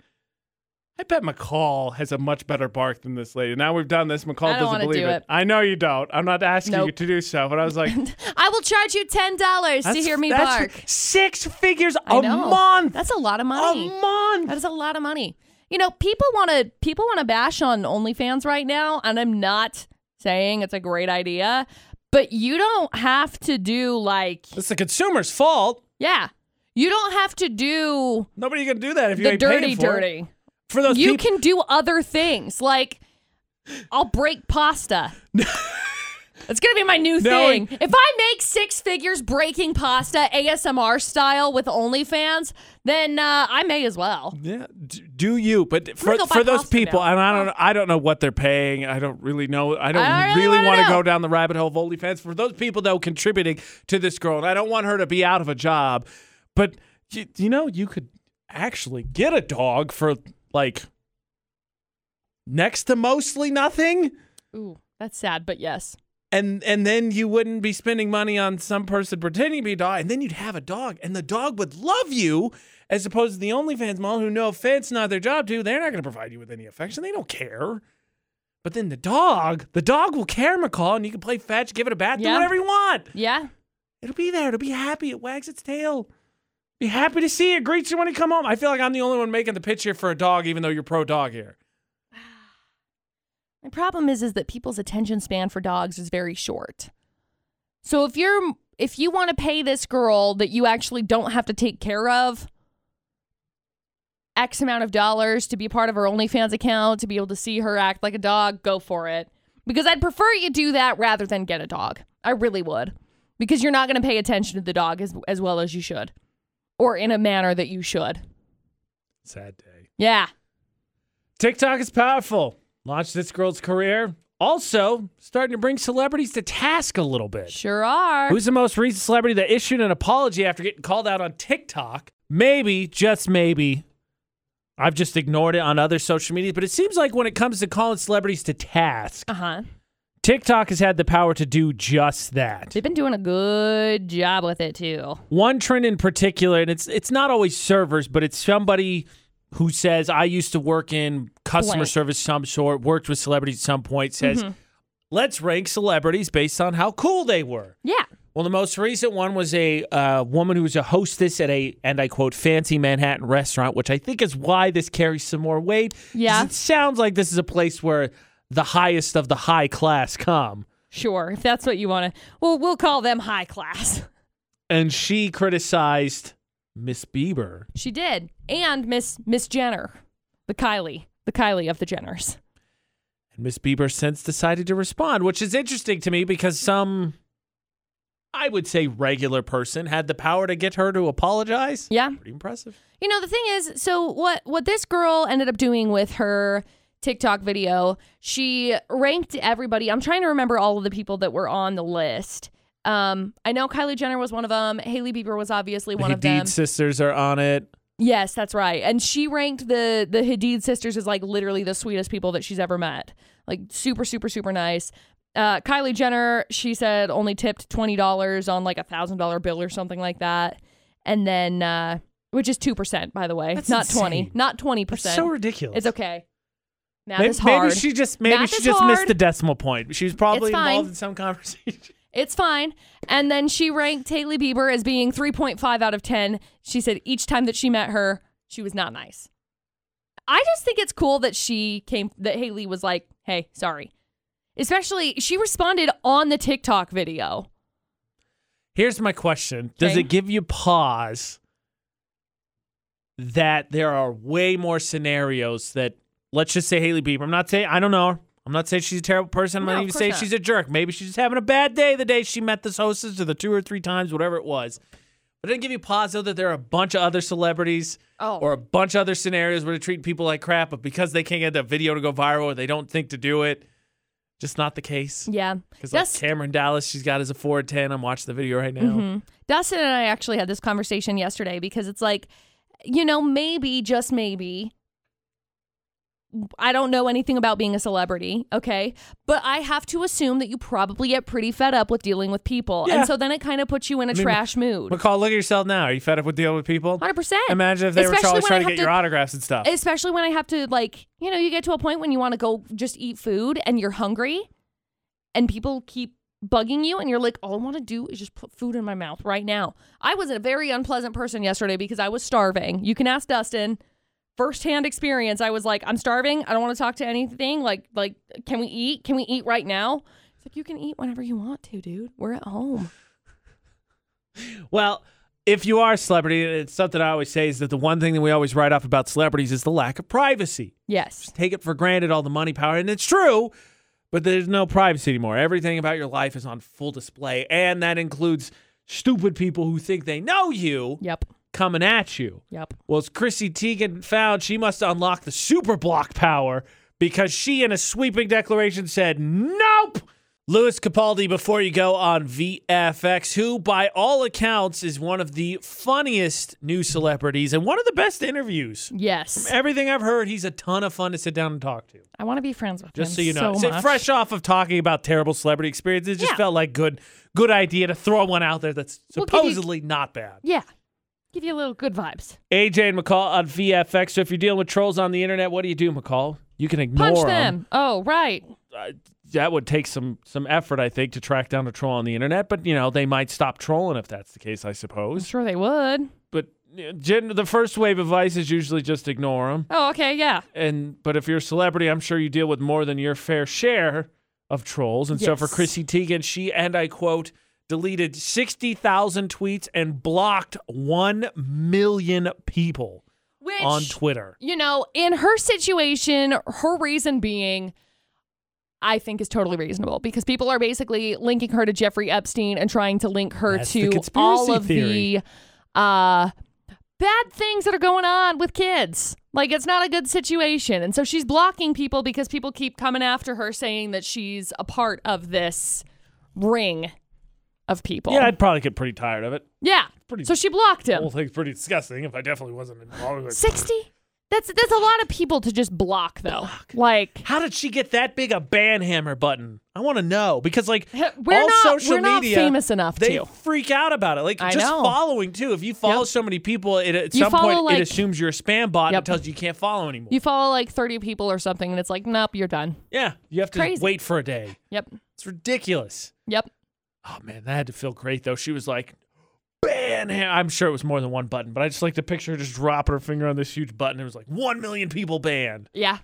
Speaker 1: I bet McCall has a much better bark than this lady. Now we've done this, McCall
Speaker 2: I don't
Speaker 1: doesn't
Speaker 2: wanna
Speaker 1: believe
Speaker 2: do it.
Speaker 1: I know you don't. I'm not asking you
Speaker 2: Nope.
Speaker 1: to do so, but I was like,
Speaker 2: I will charge you ten dollars to
Speaker 1: that's-
Speaker 2: hear me
Speaker 1: that's
Speaker 2: bark.
Speaker 1: Six figures
Speaker 2: I
Speaker 1: a
Speaker 2: know.
Speaker 1: month.
Speaker 2: That's a lot of
Speaker 1: a
Speaker 2: money.
Speaker 1: month.
Speaker 2: That is a lot of money. You know, people want to people want to bash on OnlyFans right now, and I'm not saying it's a great idea, but you don't have to do like
Speaker 1: It's the consumer's fault.
Speaker 2: yeah, you don't have to do
Speaker 1: Nobody can do that if you
Speaker 2: the
Speaker 1: ain't
Speaker 2: dirty
Speaker 1: paying for it.
Speaker 2: dirty.
Speaker 1: For those
Speaker 2: You
Speaker 1: people,
Speaker 2: can do other things like I'll break pasta. It's gonna be my
Speaker 1: No,
Speaker 2: new thing. If I make six figures breaking pasta ASMR style with OnlyFans, then uh, I may as well.
Speaker 1: Yeah, d- do you? But for,
Speaker 2: go buy
Speaker 1: for those
Speaker 2: pasta
Speaker 1: people,
Speaker 2: now.
Speaker 1: and I don't, I don't know what they're paying. I don't really know. I don't
Speaker 2: I really
Speaker 1: really,
Speaker 2: wanna
Speaker 1: want to
Speaker 2: know.
Speaker 1: go down the rabbit hole of OnlyFans. For those people though contributing to this girl, and I don't want her to be out of a job. But you, you know, you could actually get a dog for like next to mostly nothing,
Speaker 2: Ooh, that's sad, but yes.
Speaker 1: and and then you wouldn't be spending money on some person pretending to be a dog, and then you'd have a dog, and the dog would love you. As opposed to the OnlyFans model, who no offense, not their job to, they're not going to provide you with any affection. They don't care. But then the dog, the dog will care, McCall, and you can play fetch, give it a bath, do
Speaker 2: Yeah.
Speaker 1: whatever you want.
Speaker 2: Yeah.
Speaker 1: It'll be there. It'll be happy. It wags its tail. Be happy to see it. Greets you when you come home. I feel like I'm the only one making the pitch here for a dog, even though you're pro dog here.
Speaker 2: The problem is is that people's attention span for dogs is very short. So if you're if you want to pay this girl that you actually don't have to take care of X amount of dollars to be a part of her OnlyFans account, to be able to see her act like a dog, go for it. Because I'd prefer you do that rather than get a dog. I really would. Because you're not going to pay attention to the dog as, as well as you should or in a manner that you should.
Speaker 1: Sad day.
Speaker 2: Yeah.
Speaker 1: TikTok is powerful. Launched this girl's career. Also, starting to bring celebrities to task a little bit.
Speaker 2: Sure are.
Speaker 1: Who's the most recent celebrity that issued an apology after getting called out on TikTok? Maybe, just maybe. I've just ignored it on other social media, but it seems like when it comes to calling celebrities to task,
Speaker 2: uh-huh.
Speaker 1: TikTok has had the power to do just that.
Speaker 2: They've been doing a good job with it too.
Speaker 1: one trend in particular, and it's it's not always servers, but it's somebody who says, I used to work in customer
Speaker 2: Blank.
Speaker 1: service some sort, worked with celebrities at some point, says, let's rank celebrities based on how cool they were.
Speaker 2: Yeah.
Speaker 1: Well, the most recent one was a uh, woman who was a hostess at a, and I quote, fancy Manhattan restaurant, which I think is why this carries some more weight. 'Cause
Speaker 2: Yeah.
Speaker 1: It sounds like this is a place where the highest of the high class come.
Speaker 2: Sure. If that's what you want to. Well, we'll call them high class.
Speaker 1: And she criticized Miss Bieber.
Speaker 2: She did. And Miss Miss Jenner, the Kylie, the Kylie of the Jenners.
Speaker 1: And Miss Bieber since decided to respond, which is interesting to me because some, I would say, regular person had the power to get her to apologize.
Speaker 2: Yeah.
Speaker 1: Pretty impressive.
Speaker 2: You know, the thing is, so what what this girl ended up doing with her TikTok video, she ranked everybody. I'm trying to remember all of the people that were on the list. Um, I know Kylie Jenner was one of them. Haley Bieber was obviously one
Speaker 1: the
Speaker 2: of them.
Speaker 1: Hadid sisters are on it.
Speaker 2: Yes, that's right. And she ranked the the Hadid sisters as like literally the sweetest people that she's ever met. Like super, super, super nice. Uh, Kylie Jenner, she said only tipped twenty dollars on like a thousand dollar bill or something like that, and then uh, which is two percent by the way,
Speaker 1: That's
Speaker 2: not
Speaker 1: insane.
Speaker 2: twenty, not twenty
Speaker 1: That's
Speaker 2: percent.
Speaker 1: so ridiculous.
Speaker 2: It's okay. Math
Speaker 1: Maybe,
Speaker 2: is hard.
Speaker 1: maybe she just maybe
Speaker 2: Math
Speaker 1: she
Speaker 2: is
Speaker 1: just missed
Speaker 2: hard.
Speaker 1: the decimal point. She was probably
Speaker 2: It's fine.
Speaker 1: involved in some conversation.
Speaker 2: It's fine. And then she ranked Haley Bieber as being 3.5 out of 10. She said each time that she met her, she was not nice. I just think it's cool that she came, that Haley was like, hey, sorry. Especially, she responded on the TikTok video.
Speaker 1: Here's my question: Does
Speaker 2: Okay.
Speaker 1: it give you pause that there are way more scenarios that let's just say Haley Bieber? I'm not saying I don't know. her. I'm not saying she's a terrible person. I'm
Speaker 2: No,
Speaker 1: not
Speaker 2: of
Speaker 1: even
Speaker 2: course
Speaker 1: saying
Speaker 2: not.
Speaker 1: she's a jerk. Maybe she's just having a bad day the day she met this hostess or the two or three times, whatever it was. But it didn't give you pause though that there are a bunch of other celebrities
Speaker 2: Oh.
Speaker 1: or a bunch of other scenarios where they treat people like crap, but because they can't get the video to go viral or they don't think to do it, just not the case.
Speaker 2: yeah.
Speaker 1: Because
Speaker 2: Dust-
Speaker 1: like Cameron Dallas, she's got his a 410. I'm watching the video right now.
Speaker 2: Mhm. Dustin and I actually had this conversation yesterday because it's like, you know, maybe, just maybe, I don't know anything about being a celebrity, okay? But I have to assume that you probably get pretty fed up with dealing with people.
Speaker 1: Yeah.
Speaker 2: And so then it kind of puts you in a
Speaker 1: mean,
Speaker 2: trash mood.
Speaker 1: McCall, look at yourself now. Are you fed up with dealing with people?
Speaker 2: 100%.
Speaker 1: Imagine if they
Speaker 2: Especially
Speaker 1: were always
Speaker 2: when I
Speaker 1: trying to
Speaker 2: have
Speaker 1: get your autographs and stuff.
Speaker 2: Especially when I have to, like, you know, you get to a point when you want to go just eat food and you're hungry and people keep bugging you and you're like, all I want to do is just put food in my mouth right now. I was a very unpleasant person yesterday because I was starving. You can ask Dustin. firsthand experience, I was like, I'm starving. I don't want to talk to anything. Like, like, can we eat? Can we eat right now? It's like you can eat whenever you want to, dude. We're at home.
Speaker 1: Well, if you are a celebrity, it's something I always say is that the one thing that we always write off about celebrities is the lack of privacy.
Speaker 2: Yes.
Speaker 1: Take it for granted, all the money, power, and it's true, but there's no privacy anymore. Everything about your life is on full display, and that includes stupid people who think they know you
Speaker 2: Yep.
Speaker 1: coming at you.
Speaker 2: Yep.
Speaker 1: Well, as Chrissy Teigen found, she must unlock the super block power because she, in a sweeping declaration, said, Nope! Louis Capaldi, before you go on VFX, who by all accounts is one of the funniest new celebrities and one of the best interviews.
Speaker 2: Yes.
Speaker 1: Everything I've heard, he's a ton of fun to sit down and talk to.
Speaker 2: I want to be friends with
Speaker 1: Just
Speaker 2: him
Speaker 1: so you know, So
Speaker 2: much.
Speaker 1: fresh off of talking about terrible celebrity experiences, it just
Speaker 2: Yeah.
Speaker 1: felt like good, good idea to throw one out there that's
Speaker 2: We'll give you-
Speaker 1: supposedly not bad.
Speaker 2: Yeah. Give you a little good vibes.
Speaker 1: AJ and McCall on VFX. So if you're dealing with trolls on the internet, what do you do, McCall? You can ignore
Speaker 2: Punch
Speaker 1: 'em.
Speaker 2: them. Oh, right.
Speaker 1: That would take some some effort, I think, to track down a troll on the internet. But you know, they might stop trolling if that's the case, I
Speaker 2: I'm
Speaker 1: suppose.
Speaker 2: sure they would.
Speaker 1: But uh, gen- the first wave advice is usually just ignore them.
Speaker 2: Oh, okay. Yeah.
Speaker 1: And but if you're a celebrity, I'm sure you deal with more than your fair share of trolls. And so for
Speaker 2: Yes.
Speaker 1: Chrissy Teigen, she and I quote deleted sixty thousand tweets and blocked one million people
Speaker 2: Which
Speaker 1: on Twitter.
Speaker 2: you know, in her situation, her reason being, I think, is totally reasonable because people are basically linking her to Jeffrey Epstein and trying to link her
Speaker 10: That's the
Speaker 2: to all
Speaker 10: conspiracy
Speaker 2: of
Speaker 10: theory.
Speaker 2: the uh, bad things that are going on with kids. Like, it's not a good situation. And so she's blocking people because people keep coming after her saying that she's a part of this ring of people.
Speaker 1: Yeah, I'd probably get pretty tired of it.
Speaker 2: Yeah.
Speaker 10: pretty-
Speaker 2: So she blocked
Speaker 10: The
Speaker 2: him.
Speaker 10: whole thing's pretty disgusting. If I definitely wasn't involved, with it.
Speaker 2: 60? That's that's a lot of people to just block though. Like
Speaker 1: How did she get that big a banhammer button? I want to know because like
Speaker 2: Heh, we're
Speaker 1: all
Speaker 2: not-
Speaker 1: social
Speaker 2: we're not
Speaker 1: media,
Speaker 2: famous enough
Speaker 1: They
Speaker 2: to.
Speaker 1: freak out about it. Like
Speaker 2: I
Speaker 1: just
Speaker 2: know.
Speaker 1: following too. If you follow so many people, it at
Speaker 2: You
Speaker 1: some point
Speaker 2: follow, like-
Speaker 1: it assumes you're a spam bot
Speaker 2: Yep.
Speaker 1: and tells you you can't follow anymore.
Speaker 2: you follow like 30 people or something and it's like, nope, you're done.
Speaker 1: yeah, you have to
Speaker 2: Crazy.
Speaker 1: wait for a day.
Speaker 2: Yep.
Speaker 1: It's ridiculous.
Speaker 2: Yep.
Speaker 1: Oh man, that had to feel great though. She was like, banham. I'm sure it was more than one button, but I just like to picture her just dropping her finger on this huge button. It was like one million people banned.
Speaker 2: Yeah.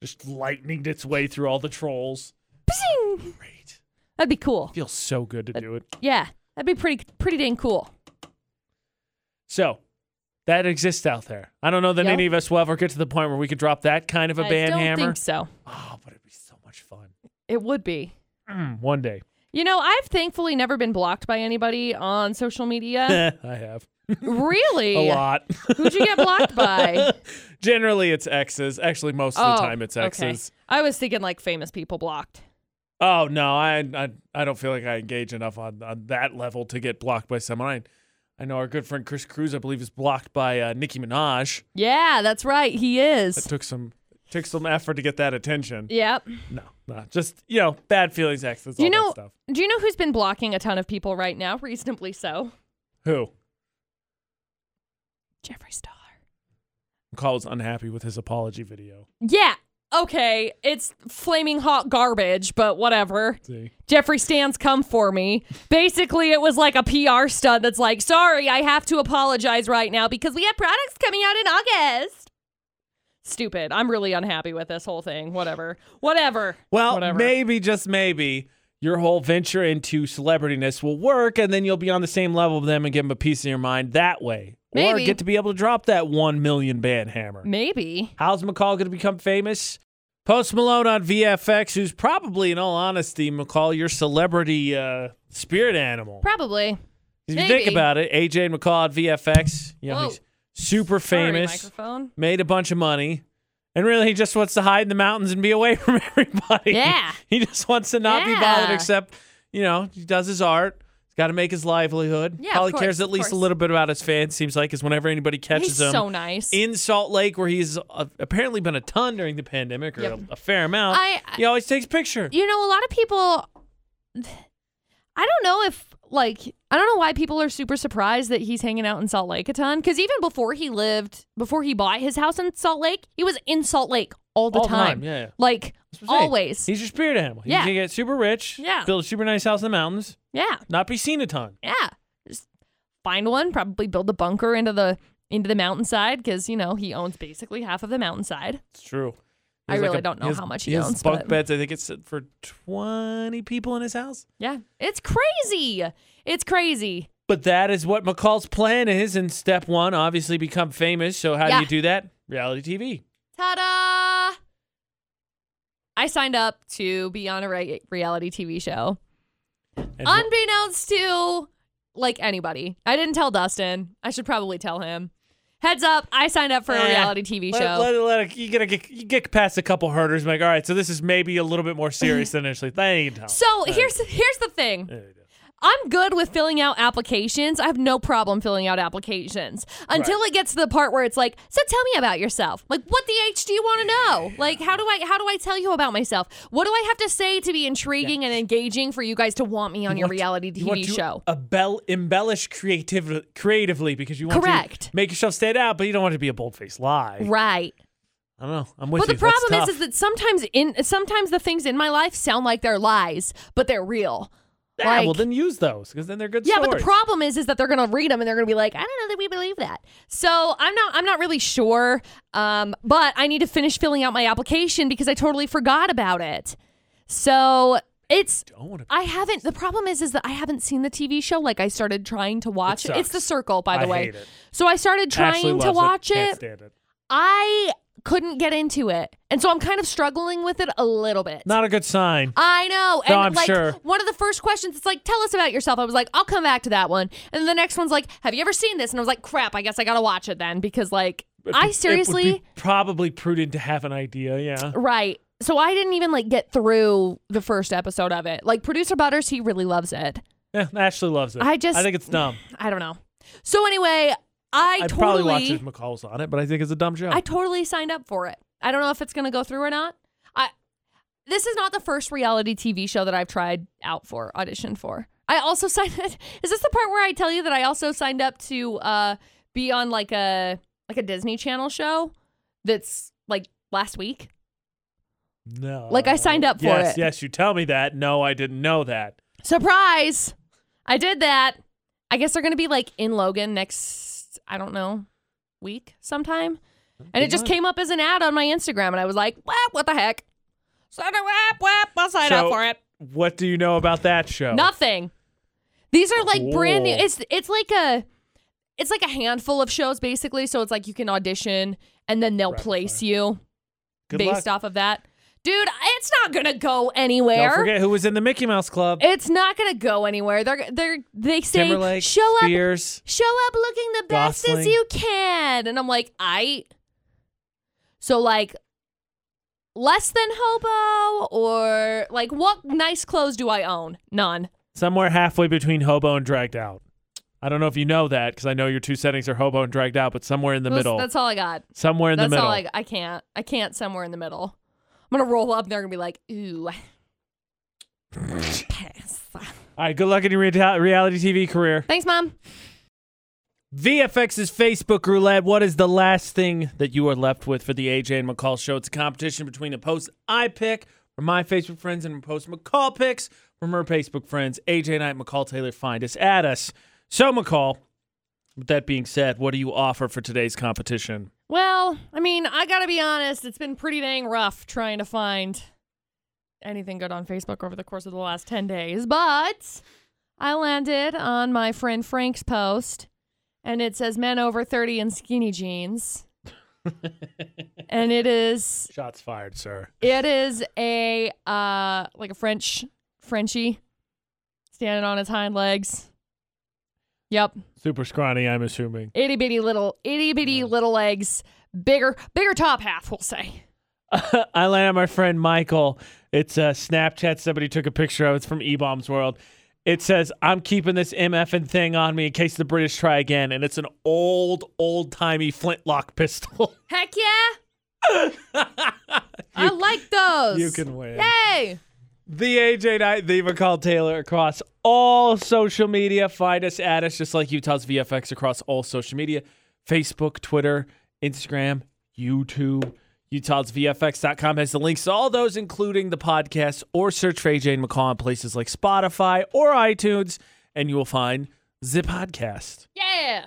Speaker 1: Just lightning its way through all the trolls.
Speaker 2: Bzing!
Speaker 1: Great.
Speaker 2: That'd be cool.
Speaker 1: Feels so good to do it.
Speaker 2: Yeah. That'd be pretty pretty dang cool.
Speaker 1: So that exists out there. I don't know that
Speaker 2: Yeah.
Speaker 1: any of us will ever get to the point where we could drop that kind of a
Speaker 2: I
Speaker 1: band
Speaker 2: don't
Speaker 1: hammer.
Speaker 2: think so.
Speaker 1: Oh, but it'd be so much fun.
Speaker 2: It would be.
Speaker 1: Mm, one day.
Speaker 2: You know, I've thankfully never been blocked by anybody on social media.
Speaker 1: Eh, I have.
Speaker 2: really?
Speaker 1: A lot.
Speaker 2: Who'd you get blocked by?
Speaker 1: Generally, it's exes. Actually, most of the time, it's exes.
Speaker 2: Oh, Okay. I was thinking like famous people blocked.
Speaker 1: Oh, no. I, I I don't feel like I engage enough on, on that level to get blocked by someone. I, I know our good friend Chris Cruz, I believe, is blocked by uh, Nicki Minaj.
Speaker 2: Yeah, that's right. He
Speaker 1: That
Speaker 2: is.
Speaker 1: took some took some effort to get that attention.
Speaker 2: Yep.
Speaker 1: No, no. Just, you know, bad feelings, exes, all
Speaker 2: you know,
Speaker 1: that stuff.
Speaker 2: do you know who's been blocking a ton of people right now? Reasonably so.
Speaker 1: Who?
Speaker 2: Jeffree Star.
Speaker 1: McCall was unhappy with his apology video.
Speaker 2: Yeah. Okay. It's flaming hot garbage, but whatever.
Speaker 1: See?
Speaker 2: Jeffrey Stan's come for me. Basically, it was like a PR stunt that's like, sorry, I have to apologize right now because we have products coming out in August. Stupid. I'm really unhappy with this whole thing. Whatever. Whatever.
Speaker 1: Well,
Speaker 2: Whatever.
Speaker 1: maybe, just maybe, your whole venture into celebrityness will work, and then you'll be on the same level with them and give them a piece of your mind that way. Or
Speaker 2: Maybe.
Speaker 1: get to be able to drop that one million band hammer.
Speaker 2: Maybe.
Speaker 1: How's McCall going to become famous? Post Malone on VFX, who's probably, in all honesty, McCall, your celebrity uh, spirit animal.
Speaker 2: Probably.
Speaker 1: if you think
Speaker 2: maybe.
Speaker 1: about it, AJ and McCall at VFX, you know,
Speaker 2: Whoa.
Speaker 1: he's super
Speaker 2: Sorry,
Speaker 1: famous.
Speaker 2: microphone.
Speaker 1: made a bunch of money, and really he just wants to hide in the mountains and be away from everybody.
Speaker 2: Yeah.
Speaker 1: He just wants to not be bothered,
Speaker 2: Yeah.
Speaker 1: except, you know, he does his art. He's got to make his livelihood.
Speaker 2: Yeah, of
Speaker 1: Probably
Speaker 2: course,
Speaker 1: cares at
Speaker 2: of
Speaker 1: least a
Speaker 2: course.
Speaker 1: little bit about his fans, seems like, is whenever anybody catches
Speaker 2: He's
Speaker 1: him.
Speaker 2: so nice.
Speaker 1: in Salt Lake, where he's uh, apparently been a ton during the pandemic, or
Speaker 2: Yep.
Speaker 1: a, a fair amount,
Speaker 2: I- I-
Speaker 1: he always takes picture.
Speaker 2: you know, a lot of people. I don't know if like I don't know why people are super surprised that he's hanging out in Salt Lake a ton. Because even before he lived, before he bought his house in Salt Lake, he was in Salt Lake all the
Speaker 1: All the
Speaker 2: time.
Speaker 1: time, yeah, yeah.
Speaker 2: Like
Speaker 1: That's what I'm saying.
Speaker 2: always.
Speaker 1: He's your spirit animal. He
Speaker 2: Yeah.
Speaker 1: can get super rich,
Speaker 2: Yeah.
Speaker 1: build a super nice house in the mountains,
Speaker 2: yeah,
Speaker 1: not be seen a ton.
Speaker 2: yeah. Just find one, probably build a bunker into the into the mountainside because you know he owns basically half of the mountainside.
Speaker 1: It's true.
Speaker 2: I
Speaker 1: He has like
Speaker 2: really
Speaker 1: a-
Speaker 2: don't know
Speaker 1: has-
Speaker 2: how much he,
Speaker 1: has
Speaker 2: owns,
Speaker 1: bunk
Speaker 2: but
Speaker 1: beds. I think it's for twenty people in his house.
Speaker 2: yeah, it's crazy. It's crazy.
Speaker 1: But that is what McCall's plan is in step one. Obviously, become famous. So how
Speaker 2: Yeah.
Speaker 1: do you do that? Reality TV.
Speaker 2: Ta-da! I signed up to be on a re- reality TV show,
Speaker 1: And wh-
Speaker 2: unbeknownst to like anybody. I didn't tell Dustin. I should probably tell him. Heads up! I signed up for a
Speaker 1: Eh,
Speaker 2: reality TV
Speaker 1: let-
Speaker 2: show.
Speaker 1: Let, let it- you gotta get you get past a couple hurdles. and be Like, all right, so this is maybe a little bit more serious than initially. Thank you.
Speaker 2: So here's here's the thing. I'm good with filling out applications. I have no problem filling out applications until it gets to the part where it's like, so tell me about yourself. Like, what the H do you want to know? Like, how do I how do I tell you about myself? What do I have to say to be intriguing and engaging for you guys to want me on your reality
Speaker 1: you want
Speaker 2: TV
Speaker 1: to
Speaker 2: show?
Speaker 1: abel- embellish creativ- creatively because you want
Speaker 2: Correct.
Speaker 1: to make yourself stand out, but you don't want it to be a bold faced lie.
Speaker 2: Right.
Speaker 1: I don't know. I'm with
Speaker 2: Well, the
Speaker 1: you. That's
Speaker 2: problem is,
Speaker 1: tough.
Speaker 2: is that sometimes in sometimes the things in my life sound like they're lies, but they're real.
Speaker 1: yeah, well,
Speaker 2: like-
Speaker 1: then use those because then they're good
Speaker 2: Yeah,
Speaker 1: stories.
Speaker 2: but the problem is, is that they're gonna read them and they're gonna be like, I don't know that we believe that. So I'm not, I'm not really sure. Um, but I need to finish filling out my application because I totally forgot about it. So it's,
Speaker 1: Don't wanna-
Speaker 2: I haven't. The problem is, is that I haven't seen the TV show. Like I started trying to watch it.
Speaker 1: sucks.
Speaker 2: It's The Circle, by the
Speaker 1: I
Speaker 2: way.
Speaker 1: hate it.
Speaker 2: So I started trying
Speaker 1: Ashley
Speaker 2: to
Speaker 1: loves
Speaker 2: watch
Speaker 1: Can't
Speaker 2: it.
Speaker 1: stand it.
Speaker 2: I couldn't get into it, and so I'm kind of struggling with it a little bit.
Speaker 1: Not a good sign.
Speaker 2: I know. And
Speaker 1: No, I'm
Speaker 2: like
Speaker 1: sure.
Speaker 2: one of the first questions, it's like, tell us about yourself. I was like, I'll come back to that one. And the next one's like, have you ever seen this? And I was like, crap, I guess I gotta watch it then because like I
Speaker 1: It
Speaker 2: seriously
Speaker 1: would be probably prudent to have an idea. Yeah.
Speaker 2: Right. So I didn't even like get through the first episode of it. Like producer Butters, he really loves it.
Speaker 1: Yeah, Ashley loves it.
Speaker 2: I just-
Speaker 1: I think it's dumb.
Speaker 2: I don't know. So anyway, I
Speaker 1: I'd
Speaker 2: totally
Speaker 1: probably watch it if McCall was on it, but I think it's a dumb show.
Speaker 2: I totally signed up for it. I don't know if it's going to go through or not. I this is not the first reality TV show that I've tried out for, auditioned for. I also signed. Is this the part where I tell you that I also signed up to uh, be on like a like a Disney Channel show that's like last week?
Speaker 1: no.
Speaker 2: Like, I signed up for
Speaker 1: yes,
Speaker 2: it.
Speaker 1: Yes, you tell me that. No, I didn't know that.
Speaker 2: Surprise! I did that. I guess they're going to be like in Logan next. I don't know week sometime. And it just came up as an ad on my Instagram, and I was like, "What? What the heck?" So I wap wap. I'll sign
Speaker 1: So-
Speaker 2: up for it.
Speaker 1: What do you know about that show?
Speaker 2: Nothing. These are like brand new.
Speaker 1: Cool.
Speaker 2: It's it's like a it's like a handful of shows basically. So it's like you can audition, and then they'll place you
Speaker 1: Good
Speaker 2: based
Speaker 1: luck.
Speaker 2: off of that. Dude, it's not gonna go
Speaker 1: Don't
Speaker 2: anywhere.
Speaker 1: forget who was in the Mickey Mouse Club.
Speaker 2: It's not gonna go anywhere. They're they're they say
Speaker 1: Timberlake,
Speaker 2: show up
Speaker 1: Spears.
Speaker 2: show up looking the best as
Speaker 1: Gosling.
Speaker 2: you can. And I'm like, I. So, like, less than hobo or like, what nice clothes do I own? None.
Speaker 1: Somewhere halfway between hobo and dragged out. I don't know if you know that because I know your two settings are hobo and dragged out, but somewhere in the
Speaker 2: Those-
Speaker 1: middle.
Speaker 2: That's all I got.
Speaker 1: somewhere in
Speaker 2: that's
Speaker 1: the middle.
Speaker 2: all I, I can't. I can't somewhere in the middle. I'm going to roll up and they're going to be like, ooh. Pass.
Speaker 1: all right, good luck in your rea- reality TV career.
Speaker 2: Thanks, Mom.
Speaker 1: VFX's Facebook roulette. What is the last thing that you are left with for the AJ and McCall show? It's a competition between the post I pick from my Facebook friends and post McCall picks from her Facebook friends. AJ and I, at McCall Taylor, find us at us. So McCall, with that being said, what do you offer for today's competition?
Speaker 2: Well, I mean, I got to be honest. It's been pretty dang rough trying to find anything good on Facebook over the course of the last 10 days, but I landed on my friend Frank's post and it says men over 30 in skinny jeans. and it is
Speaker 1: Shots fired, sir.
Speaker 2: it is a uh like a French Frenchie standing on his hind legs. Yep.
Speaker 1: Super scrawny, I'm assuming.
Speaker 2: Itty bitty little itty bitty little legs. Bigger bigger top half, we'll say.
Speaker 1: I land on my friend Michael. It's a Snapchat somebody took a picture of. It's from E Bombs World. It says, I'm keeping this MFing thing on me in case the British try again. And it's an old, old timey flintlock pistol.
Speaker 2: Heck yeah! I like those.
Speaker 1: you can win.
Speaker 2: Yay!
Speaker 1: The AJ Knight, the McCall Taylor across all social media. Find us at us, just like Utah's VFX across all social media Facebook, Twitter, Instagram, YouTube. Utah's VFX.com has the links to all those, including the podcast, or search for AJ and McCall on places like Spotify or iTunes, and you will find the podcast.
Speaker 2: Yeah.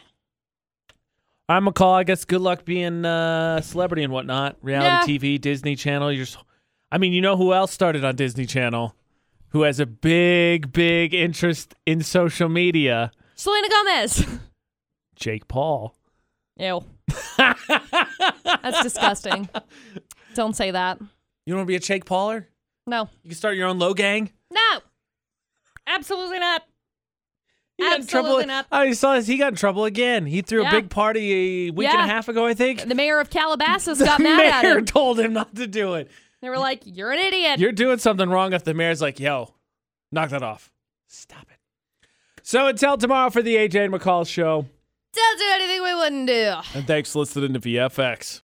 Speaker 1: All right, McCall. I guess good luck being uh, a celebrity and whatnot. Reality TV, Disney Channel. You're, s- I mean, you know who else started on Disney Channel? Who has a big, big interest in social media?
Speaker 2: Selena Gomez.
Speaker 1: Jake Paul.
Speaker 2: Ew. That's disgusting. Don't say that.
Speaker 1: You want to be a Jake Pauler?
Speaker 2: No.
Speaker 1: You can start your own low gang.
Speaker 2: No. Absolutely not.
Speaker 1: He got in
Speaker 2: Absolutely
Speaker 1: trouble.
Speaker 2: not.
Speaker 1: Oh, you saw this. He got in trouble again. He threw
Speaker 2: Yeah.
Speaker 1: a big party a week and
Speaker 2: Yeah.
Speaker 1: a half ago, I think.
Speaker 2: The mayor of Calabasas got mad at
Speaker 1: Mayor
Speaker 2: him.
Speaker 1: told him not to do it.
Speaker 2: They were like, "You're an idiot."
Speaker 1: You're doing something wrong if the mayor's like, yo, knock that off. Stop it. So until tomorrow for the AJ and McCall show.
Speaker 2: Don't do anything we wouldn't do.
Speaker 1: And thanks for listening to VFX.